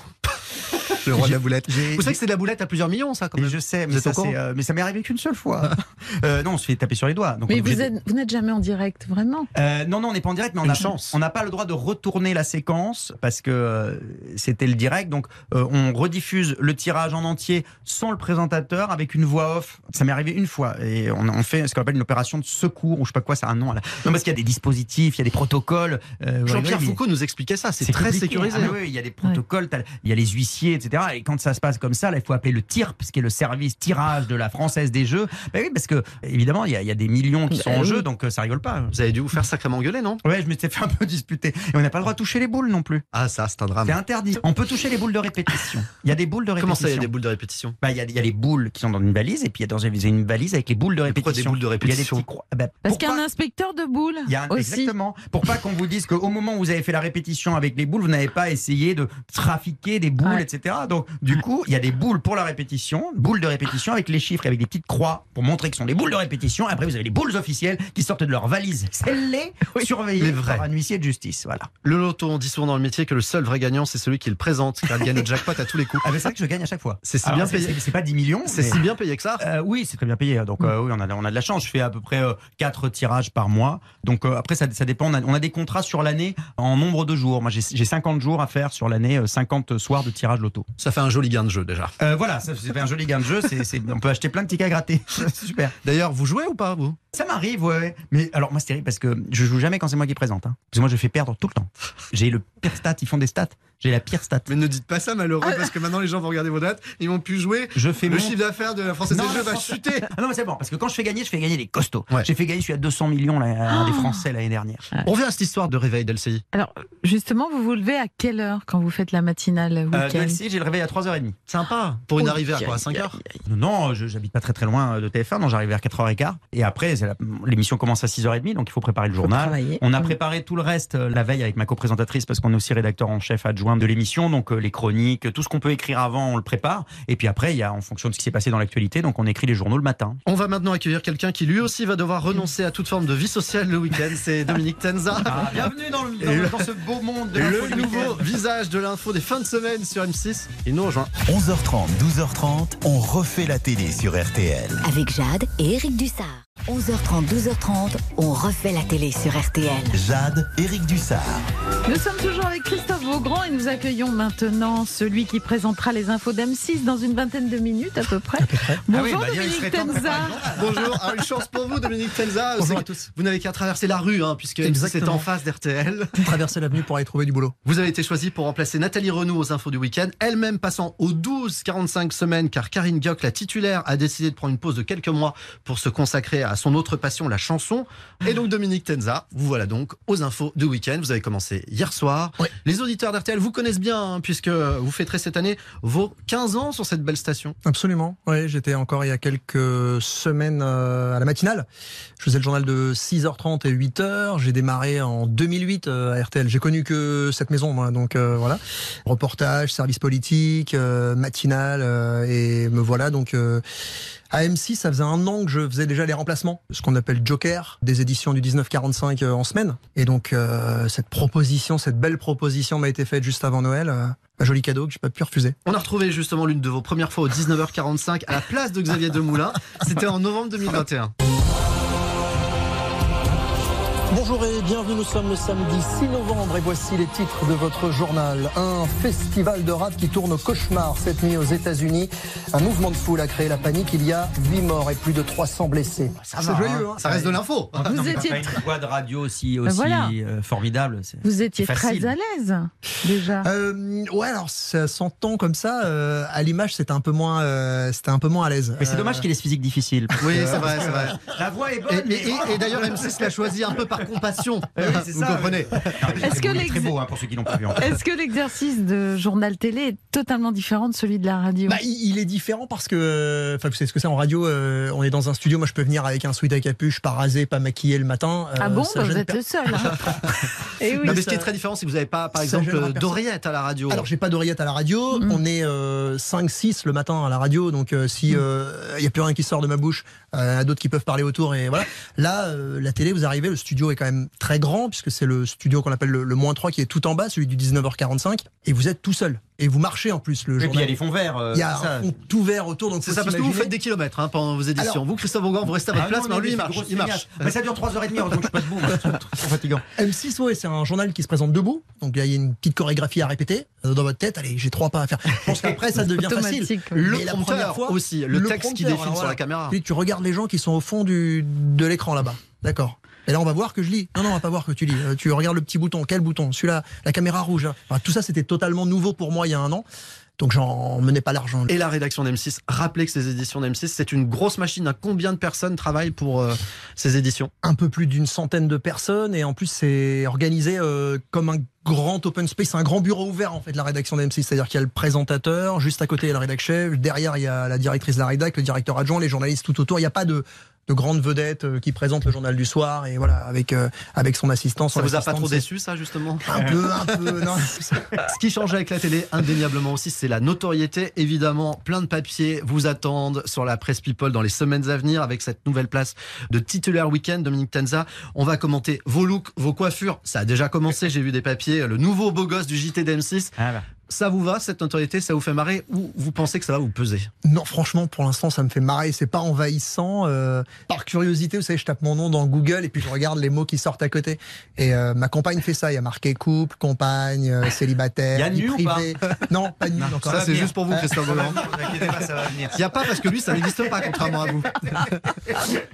Speaker 3: Le roi de
Speaker 5: J'ai-
Speaker 3: la boulette.
Speaker 5: j'ai-
Speaker 3: Vous savez que c'est de la boulette à plusieurs millions, ça, quand
Speaker 5: Et
Speaker 3: même.
Speaker 5: je sais,
Speaker 3: Vous
Speaker 5: mais
Speaker 3: êtes
Speaker 5: ça,
Speaker 3: au courant
Speaker 5: c'est, euh, mais ça m'est arrivé qu'une seule fois. Euh, non, on se fait taper sur les doigts. donc on
Speaker 4: Mais
Speaker 5: est obligé
Speaker 4: vous
Speaker 5: de-
Speaker 4: êtes- vous n'êtes jamais en direct, vraiment
Speaker 5: Euh, non, non, on n'est pas en direct, mais on
Speaker 3: Une
Speaker 5: a
Speaker 3: chance.
Speaker 5: On n'a pas le droit de retourner la séquence parce que euh, c'était le direct. Donc, euh, on rediffuse le tirage en entier sans le présentateur avec une voix off. Ça m'est arrivé une fois et on, on fait ce qu'on appelle une opération de secours ou je sais pas quoi, ça a un nom. Là. Non, parce qu'il y a des dispositifs, il y a des protocoles. euh, ouais, ouais,
Speaker 3: Jean-Pierre
Speaker 5: mais-
Speaker 3: Foucault nous expliquait ça. C'est très
Speaker 5: compliqué.
Speaker 3: sécurisé.
Speaker 5: Ah,
Speaker 3: hein.
Speaker 5: oui, oui, il y a des protocoles, t'as- il y a les huissiers, etc. Et quand ça se passe comme ça, là, il faut appeler le TIRP, ce qui est le service tirage de la Française des Jeux. Ben oui, parce que évidemment, il y a, il y a des millions qui
Speaker 4: Bah
Speaker 5: sont en
Speaker 4: oui.
Speaker 5: jeu, donc euh, ça rigole pas.
Speaker 3: Vous avez dû vous faire sacrément gueuler, non
Speaker 5: Ouais, je m'étais fait un peu disputer. Et on n'a pas le droit de toucher les boules non plus.
Speaker 3: Ah, ça, c'est un
Speaker 5: C'est
Speaker 3: drame.
Speaker 5: interdit. On peut toucher les boules de répétition. Il y a des boules de répétition.
Speaker 3: Comment ça, il y a des boules de répétition
Speaker 5: Bah, il y, a- il y a les boules qui sont dans une valise et puis il y a dans une- une valise avec les boules de répétition.
Speaker 3: Pourquoi des boules de
Speaker 5: Il y a des
Speaker 3: répétition
Speaker 5: petits croix. Bah,
Speaker 4: Parce
Speaker 5: pourquoi-
Speaker 4: qu'il y a un inspecteur de boules
Speaker 5: il y a un-
Speaker 4: aussi.
Speaker 5: exactement. Pour pas qu'on vous dise qu'au moment où vous avez fait la répétition avec les boules, vous n'avez pas essayé de trafiquer des boules,
Speaker 4: Ouais. Mm.
Speaker 5: etc. Donc, du coup, il y a des boules pour la répétition, boules de répétition avec les chiffres, et avec des petites croix pour montrer que ce sont des boules de répétition. Après, vous avez les boules officielles qui sortent de leur valise. Celles-les, surveillées par un huissier de justice. Voilà.
Speaker 3: Le loto, on dit souvent dans le métier que le seul vrai gagnant, c'est celui qui le présente, car il gagne le jackpot à tous les coups.
Speaker 5: Ah, mais c'est vrai que je gagne à chaque fois.
Speaker 3: C'est si
Speaker 5: Alors,
Speaker 3: bien
Speaker 5: c'est-
Speaker 3: payé.
Speaker 5: c'est- C'est pas 10 millions. euh,
Speaker 3: C'est si bien Mm. payé que ça.
Speaker 5: oui, c'est très bien payé. Donc, euh, oui, on a, on a de la chance. Je fais à peu près 4 tirages par mois. Donc, euh, après, ça, ça dépend. On a, on a des contrats sur l'année en nombre de jours. Moi, j'ai j'ai 50 jours à faire sur l'année, euh, 50 soirs de tirage loto.
Speaker 3: Ça fait un joli gain de jeu déjà.
Speaker 5: Euh, voilà, ça, c'est un joli gain de jeu. c'est- c'est- on peut acheter plein de tickets à gratter. C'est Super.
Speaker 3: D'ailleurs, vous jouez ou pas, vous
Speaker 5: Ça m'arrive, ouais, ouais. Mais alors, moi, c'est terrible parce que je joue jamais quand c'est moi qui présente. hein. Parce que moi, je fais perdre tout le temps. J'ai le pire stat. Ils font des stats. J'ai la pire stat.
Speaker 3: Mais ne dites pas ça, malheureux, parce que maintenant les gens vont regarder vos dates, ils vont plus jouer.
Speaker 5: Je fais
Speaker 3: le
Speaker 5: mon-
Speaker 3: chiffre d'affaires de la Française
Speaker 5: Non,
Speaker 3: des Jeux
Speaker 5: la
Speaker 3: va
Speaker 5: France-
Speaker 3: chuter.
Speaker 5: Ah non, mais c'est bon, parce que quand je fais gagner, je fais gagner les costauds. J'ai fait gagner celui à 200 millions là, à des Français l'année dernière.
Speaker 3: On revient à cette histoire de réveil d'LCI.
Speaker 4: Alors, justement, vous vous levez à quelle heure quand vous faites la matinale
Speaker 5: Euh,
Speaker 4: week-end
Speaker 5: Delcy, j'ai le réveil à 3h30.
Speaker 3: Sympa. Pour une
Speaker 5: Oh,
Speaker 3: arrivée à quoi, à
Speaker 5: aïe,
Speaker 3: 5 heures
Speaker 5: aïe, aïe. Non, je- j'habite pas très très loin euh, de TF1, donc j'arrive vers 4h15. Et après, c'est la- l'émission commence à 6h30, donc il faut préparer le journal.
Speaker 4: travailler.
Speaker 5: On a préparé tout le reste euh, la veille avec ma coprésentatrice, parce qu'on est aussi rédacteur en chef adjoint de l'émission, donc euh, les chroniques, euh, tout ce qu'on peut écrire avant, on le prépare. Et puis après, il y a, en fonction de ce qui s'est passé dans l'actualité, donc on écrit les journaux le matin.
Speaker 3: On va maintenant accueillir quelqu'un qui lui aussi va devoir renoncer à toute forme de vie sociale le week-end. C'est Dominique Tenza.
Speaker 5: Ah, bienvenue dans, le- dans le- dans ce beau monde de l'info
Speaker 3: Le
Speaker 5: du week-end.
Speaker 3: nouveau visage de l'info des fins de semaine sur M6. Il nous rejoint.
Speaker 1: 11h30, 12h30, on refait la télé sur RTL.
Speaker 2: Avec Jade et Eric Dussard. 11h30, 12h30, on refait la télé sur RTL.
Speaker 1: Jade, Eric Dussard.
Speaker 4: Nous sommes toujours avec Christophe Beaugrand et nous accueillons maintenant celui qui présentera les infos d'M6 dans une vingtaine de minutes à peu près. Bonjour
Speaker 3: Ah oui, bah, il serait
Speaker 4: Dominique
Speaker 3: temps de
Speaker 4: Tenza.
Speaker 3: Bonjour, Ah, une chance pour vous Dominique Tenza.
Speaker 19: Bonjour
Speaker 3: C'est-
Speaker 19: à tous.
Speaker 3: Vous n'avez qu'à traverser la rue hein, puisque M6 est
Speaker 19: Exactement.
Speaker 3: en face d'RTL.
Speaker 19: Traverser l'avenue pour aller trouver du boulot.
Speaker 3: Vous avez été choisi pour remplacer Nathalie Renaud aux infos du week-end, elle-même passant aux 12-45 semaines car Karine Gioc, la titulaire, a décidé de prendre une pause de quelques mois pour se consacrer à son autre passion, la chanson. Et donc Dominique Tenza, vous voilà donc aux infos du week-end. Vous avez commencé hier soir. Les auditeurs d'RTL vous connaissent bien hein, puisque vous fêterez cette année vos 15 ans sur cette belle station.
Speaker 19: Absolument. Ouais, j'étais encore il y a quelques semaines euh, à la matinale. Je faisais le journal de 6h30 et 8h. J'ai démarré en 2008 euh, à RTL. J'ai connu que cette maison, moi. Donc euh, voilà. Reportage, service politique, euh, matinale. euh, et me voilà donc. euh, à M6, ça faisait un an que je faisais déjà les remplacements, ce qu'on appelle Joker, des éditions du 1945 euh, en semaine. Et donc euh, cette proposition, cette belle proposition m'a été faite juste avant Noël. euh, un joli cadeau que j'ai pas pu refuser.
Speaker 3: On a retrouvé justement l'une de vos premières fois au 19h45 à la place de Xavier Demoulin. C'était en novembre 2021.
Speaker 19: Bonjour et bienvenue, nous sommes le samedi 6 novembre et voici les titres de votre journal. Un festival de rap qui tourne au cauchemar cette nuit aux États-Unis. Un mouvement de foule a créé la panique, il y a 8 morts et plus de 300 blessés.
Speaker 5: Ça va, hein. Ah, non,
Speaker 4: Vous
Speaker 5: mais
Speaker 4: étiez Bah
Speaker 5: pas une voix de radio aussi, aussi
Speaker 4: voilà.
Speaker 5: euh, formidable. c'est-
Speaker 4: Vous étiez
Speaker 5: c'est
Speaker 4: très
Speaker 5: facile.
Speaker 4: à l'aise déjà.
Speaker 19: Euh, ouais, alors ça s'entend comme ça. euh, à l'image, c'était un peu moins, euh, c'était un peu moins à l'aise.
Speaker 5: Mais c'est dommage qu'il ait ce physique difficile. parce
Speaker 3: Oui,
Speaker 5: que-
Speaker 3: c'est vrai, c'est vrai.
Speaker 5: La voix est
Speaker 3: Et,
Speaker 5: bonne. mais-
Speaker 3: et- et- et d'ailleurs, M6 l'a choisi un peu par compassion.
Speaker 5: Eh oui, c'est
Speaker 3: Vous
Speaker 5: ça,
Speaker 3: comprenez
Speaker 5: Il est
Speaker 4: Est-ce
Speaker 5: très
Speaker 4: que
Speaker 5: beau, il est
Speaker 4: l'ex-
Speaker 5: très beau hein, pour ceux qui l'ont pas vu. en fait.
Speaker 4: Est-ce que l'exercice de journal télé est totalement différent de celui de la radio
Speaker 19: Bah, il, il est différent parce que, euh, enfin, vous savez ce que c'est en radio. euh, on est dans un studio. Moi, je peux venir avec un sweat à capuche, pas rasé, pas maquillé le matin. euh,
Speaker 4: Ah bon
Speaker 19: ça
Speaker 4: Bah, Vous
Speaker 19: gêne
Speaker 4: êtes
Speaker 19: per-
Speaker 4: le seul. hein. Eh oui,
Speaker 3: Non, mais ce
Speaker 4: ça-
Speaker 3: qui est très différent, c'est que vous n'avez pas, par
Speaker 19: Ça
Speaker 3: exemple,
Speaker 19: gênera
Speaker 3: euh,
Speaker 19: personne.
Speaker 3: d'oreillette à la radio.
Speaker 19: Alors, j'ai pas d'oreillette à la radio.
Speaker 4: Mm.
Speaker 19: On est 5-6 Euh, le matin à la radio. Donc, euh,
Speaker 7: Mm.
Speaker 19: si il n'y a plus rien qui sort de ma bouche, euh, y a d'autres qui peuvent parler autour. Et voilà. Là, euh, la télé, vous arrivez, le studio est quand même très grand, puisque c'est le studio qu'on appelle le, le moins 3 qui est tout en bas, celui du 19h45. Et vous êtes tout seul. Et vous marchez en plus. Le
Speaker 5: Et puis
Speaker 19: journal.
Speaker 5: il y a les fonds verts. euh,
Speaker 19: Il y a
Speaker 5: ça.
Speaker 19: un fond tout vert autour. donc
Speaker 3: C'est
Speaker 19: faut
Speaker 3: ça, parce que vous
Speaker 19: s'imaginer-
Speaker 3: faites des kilomètres hein, pendant vos éditions.
Speaker 19: Alors-
Speaker 3: vous, Christophe Bourgoin, vous restez à votre
Speaker 5: Ah
Speaker 3: place,
Speaker 5: non,
Speaker 3: mais
Speaker 5: on est
Speaker 3: lui,
Speaker 5: des
Speaker 3: il marche.
Speaker 5: grosses
Speaker 3: Il marche.
Speaker 5: feignasses. Mais ça dure 3h30, heureusement que je suis pas debout. moi, C'est trop fatigant.
Speaker 19: M6, ouais, c'est un journal qui se présente debout. Donc là, il y a une petite chorégraphie à répéter euh, dans votre tête. Allez, j'ai trois pas à faire. Je pense qu'après, ça devient
Speaker 3: Automatique,
Speaker 19: facile. Mais
Speaker 3: ouais. Le
Speaker 19: la
Speaker 3: prompteur
Speaker 19: première fois,
Speaker 3: aussi, le texte qui
Speaker 19: prompteur,
Speaker 3: défile
Speaker 19: alors
Speaker 3: sur la caméra.
Speaker 19: Puis tu regardes les gens qui sont au fond du, de l'écran là-bas. D'accord. Et là, on va voir que je lis. Non, non, on va pas voir que tu lis. Euh, tu regardes le petit bouton. Quel bouton Celui-là, la caméra rouge. là. Enfin, tout ça, c'était totalement nouveau pour moi il y a un an. Donc, j'en menais pas l'argent.
Speaker 3: Et la rédaction d'M6, rappelez que ces éditions d'M6, c'est une grosse machine. hein. Combien de personnes travaillent pour euh, ces éditions
Speaker 19: un peu plus d'une centaine de personnes et en plus c'est organisé euh, comme un grand open space, un grand bureau ouvert en fait de la rédaction d'M6, c'est-à-dire qu'il y a le présentateur, juste à côté il y a le rédac chef, derrière il y a la directrice de la rédac, le directeur adjoint, les journalistes tout autour, il n'y a pas de de grandes vedettes euh, qui présentent le journal du soir et voilà avec euh, avec son assistant. son
Speaker 3: Ça vous a pas
Speaker 19: assistante,
Speaker 3: trop
Speaker 19: c'est-
Speaker 3: déçu, ça, justement
Speaker 19: Un peu, un peu. Non.
Speaker 3: Ce qui change avec la télé, indéniablement aussi, c'est la notoriété. Évidemment, plein de papiers vous attendent sur la presse People dans les semaines à venir avec cette nouvelle place de titulaire week-end. Dominique Tenza, on va commenter vos looks, vos coiffures. Ça a déjà commencé, j'ai vu des papiers. Le nouveau beau gosse du JTDM6.
Speaker 5: Ah bah.
Speaker 3: Ça vous va, cette notoriété Ça vous fait marrer Ou vous pensez que ça va vous peser
Speaker 19: Non, franchement, pour l'instant, ça me fait marrer. C'est pas envahissant. Euh, par curiosité, vous savez, je tape mon nom dans Google et puis je regarde les mots qui sortent à côté. Et euh, ma compagne fait ça. Il y a marqué couple, compagne, euh,
Speaker 3: Il y
Speaker 19: célibataire,
Speaker 3: a
Speaker 19: vie
Speaker 3: nu ou
Speaker 19: privée. Non, pas nu. encore.
Speaker 3: Ça, c'est juste pour vous, Christophe Beaugrand.
Speaker 5: ça va venir.
Speaker 3: Il n'y a pas parce que lui, ça n'existe pas, contrairement à vous.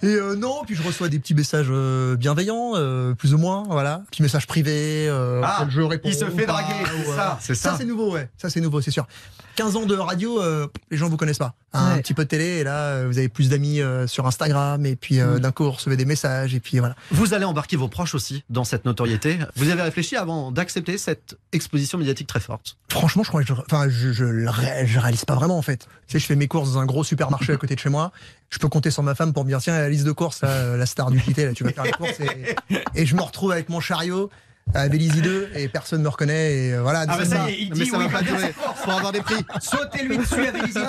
Speaker 19: Et euh, non, puis je reçois des petits messages euh, bienveillants, euh, plus ou moins, voilà. Petits messages privés, euh,
Speaker 5: Ah,
Speaker 19: auxquels je réponds.
Speaker 5: il se fait
Speaker 19: ou pas,
Speaker 5: draguer, c'est
Speaker 19: ou, euh,
Speaker 5: ça, c'est
Speaker 19: Ça,
Speaker 5: ça.
Speaker 19: c'est nouveau, ouais. Ça, c'est nouveau, c'est sûr. 15 ans de radio, euh, les gens vous connaissent pas. Un petit peu de télé, et là, euh, vous avez plus d'amis euh, sur Instagram, et puis euh, d'un coup, vous recevez des messages, et puis voilà.
Speaker 3: Mm. Vous allez embarquer vos proches aussi dans cette notoriété. Vous avez réfléchi avant d'accepter cette exposition médiatique très forte.
Speaker 19: Franchement, je crois que je, enfin, je, je, le ré- je réalise pas vraiment en fait. Tu sais, je fais mes courses dans un gros supermarché à côté de chez moi. Je peux compter sur ma femme pour me dire tiens, la liste de courses, là, euh, la star du JT, là, tu vas faire les courses. Et, et je me retrouve avec mon chariot à Belize 2 et personne me reconnaît. Et euh, voilà,
Speaker 5: Ah, mais
Speaker 19: ça
Speaker 5: ça
Speaker 19: me-
Speaker 5: y est, il
Speaker 19: mais
Speaker 5: dit
Speaker 19: ça
Speaker 5: oui,
Speaker 19: va pas
Speaker 5: il va
Speaker 19: durer.
Speaker 5: faire
Speaker 19: Faut avoir des prix.
Speaker 5: Sautez-lui dessus avec les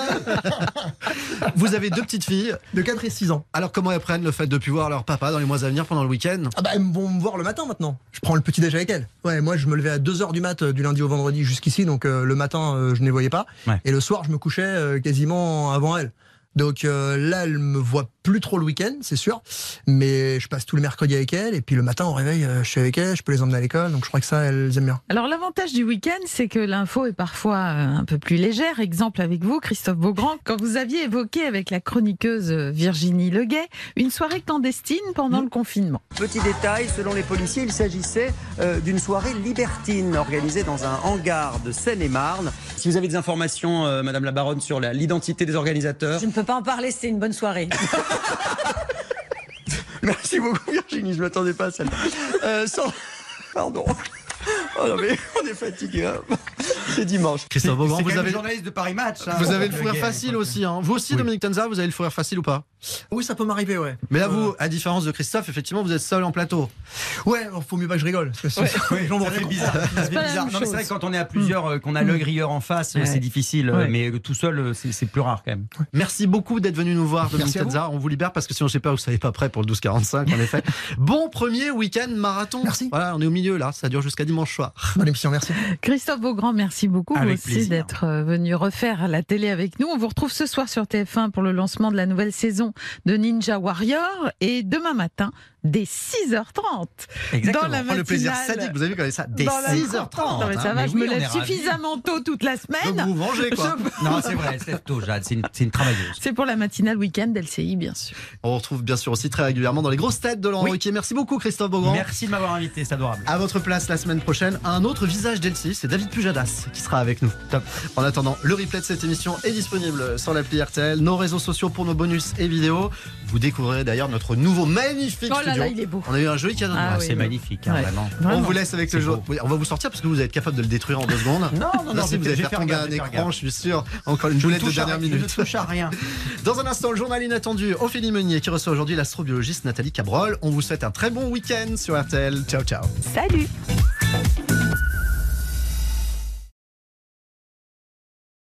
Speaker 3: Vous avez deux petites filles
Speaker 19: de 4 et 6 ans.
Speaker 3: Alors comment elles prennent le fait de plus voir leur papa dans les mois à venir pendant le week-end
Speaker 19: Ah bah, elles vont me voir le matin maintenant. Je prends le petit déj avec elles. Ouais, moi, je me levais à 2h du mat euh, du lundi au vendredi jusqu'ici. Donc, euh, le matin, euh, je ne les voyais pas.
Speaker 5: Ouais.
Speaker 19: Et le soir, je me couchais euh, quasiment avant elles. Donc euh, là, elles me voient plus trop le week-end, c'est sûr. Mais je passe tous les mercredis avec elles. Et puis le matin, au réveil, euh, je suis avec elles. Je peux les emmener à l'école. Donc, je crois que ça, elles aiment bien.
Speaker 4: Alors l'avantage du week-end, c'est que l'info est parfois euh, un peu plus légère. Exemple avec vous, Christophe Beaugrand, quand vous aviez évoqué avec la chroniqueuse euh, Virginie Leguet une soirée clandestine pendant le confinement.
Speaker 16: Petit détail, selon les policiers, il s'agissait euh, d'une soirée libertine organisée dans un hangar de Seine-et-Marne.
Speaker 5: Si vous avez des informations, euh, Madame la Baronne, sur la- l'identité des organisateurs.
Speaker 21: Je ne peux pas en parler, c'était une bonne soirée.
Speaker 16: Merci beaucoup Virginie, je m'attendais pas à celle-là. Euh, sans- Pardon. Oh non mais on est fatigué. hein. C'est dimanche.
Speaker 3: Christophe Beaugrand,
Speaker 16: C'est
Speaker 3: vous
Speaker 16: quand même
Speaker 3: avez-
Speaker 16: le journaliste de Paris Match. hein.
Speaker 3: Vous avez le fourrure
Speaker 16: Ok.
Speaker 3: facile aussi. hein. Vous aussi, Dominique Tenza, vous avez le fourrure facile ou pas
Speaker 19: Oui, ça peut m'arriver, ouais.
Speaker 3: Mais là, vous, à différence de Christophe, effectivement, vous êtes seul en plateau. oh,
Speaker 19: Ouais, alors, faut mieux pas que je rigole. parce que sinon, les gens vont
Speaker 5: C'est
Speaker 19: rire.
Speaker 5: bizarre. C'est
Speaker 19: pas la même
Speaker 5: bizarre. Non, mais c'est
Speaker 19: chose.
Speaker 5: vrai que quand on est à plusieurs, euh, qu'on a le grilleur en face, euh,
Speaker 19: Ouais.
Speaker 5: c'est difficile. euh,
Speaker 19: Ouais.
Speaker 5: Mais euh, tout seul, euh, c'est c'est plus rare quand même.
Speaker 3: Merci beaucoup d'être venu nous voir, Dominique
Speaker 5: Merci à vous.
Speaker 3: Tenza. On vous libère parce que sinon, je sais pas, vous savez pas prêt pour le 12-45, en effet. Bon premier week-end marathon. Merci. Voilà, on est au milieu là. Ça dure jusqu'à dimanche soir.
Speaker 19: Bonne émission, merci.
Speaker 4: Christophe Beaugrand, merci beaucoup vous
Speaker 3: Avec
Speaker 4: aussi
Speaker 3: plaisir.
Speaker 4: d'être euh, venu refaire la télé avec nous. On vous retrouve ce soir sur TF1 pour le lancement de la nouvelle saison de Ninja Warrior et demain matin dès 6h30 dans la
Speaker 3: Oh, le plaisir
Speaker 4: matinale.
Speaker 3: sadique, vous avez vu quand même ça dès
Speaker 4: Dans la-
Speaker 3: 6h30.
Speaker 4: Non, mais ça
Speaker 3: hein.
Speaker 4: va,
Speaker 3: Mais
Speaker 4: je
Speaker 3: oui,
Speaker 4: me
Speaker 3: on est
Speaker 4: lève
Speaker 3: ravis.
Speaker 4: suffisamment tôt toute la semaine.
Speaker 3: Donc vous vous vengez, quoi.
Speaker 4: Je-
Speaker 5: Non, c'est vrai, elle se lève tôt, Jade. C'est une, c'est une travailleuse.
Speaker 4: C'est pour la matinale week-end d'LCI, bien sûr.
Speaker 3: On retrouve bien sûr aussi très régulièrement dans les grosses têtes de Laurent Ruquier. Merci beaucoup, Christophe Beaugrand.
Speaker 5: Merci de m'avoir invité, c'est adorable.
Speaker 3: À votre place la semaine prochaine, un autre visage d'Elsie, c'est David Pujadas qui sera avec nous. Top. En attendant, le replay de cette émission est disponible sur l'appli RTL, nos réseaux sociaux pour nos bonus et vidéos. Vous découvrirez d'ailleurs notre nouveau magnifique
Speaker 4: Oh là
Speaker 3: studio.
Speaker 4: là, il est beau.
Speaker 3: On a eu un joli cadeau.
Speaker 4: Ah
Speaker 5: Ah, oui. c'est magnifique, hein,
Speaker 3: Ouais.
Speaker 5: vraiment.
Speaker 3: On
Speaker 5: Vraiment.
Speaker 3: vous laisse avec le jeu. Oui, On va vous sortir parce que vous êtes capable de le détruire en deux secondes.
Speaker 5: Non, non,
Speaker 3: Là,
Speaker 5: non,
Speaker 3: si
Speaker 5: je-
Speaker 3: vous
Speaker 5: je
Speaker 3: allez
Speaker 5: vais
Speaker 3: faire
Speaker 5: faire
Speaker 3: tomber
Speaker 5: gaffe,
Speaker 3: un
Speaker 5: je vais faire
Speaker 3: écran,
Speaker 5: gaffe.
Speaker 3: je suis sûr. Encore une
Speaker 5: Je ne
Speaker 3: boulette de
Speaker 5: touche à-
Speaker 3: dernière
Speaker 5: je ne
Speaker 3: minute.
Speaker 5: touche à rien.
Speaker 3: Dans un instant, le journal inattendu, Ophélie Meunier qui reçoit aujourd'hui l'astrobiologiste Nathalie Cabrol. On vous souhaite un très bon week-end sur RTL. Ciao, ciao.
Speaker 4: Salut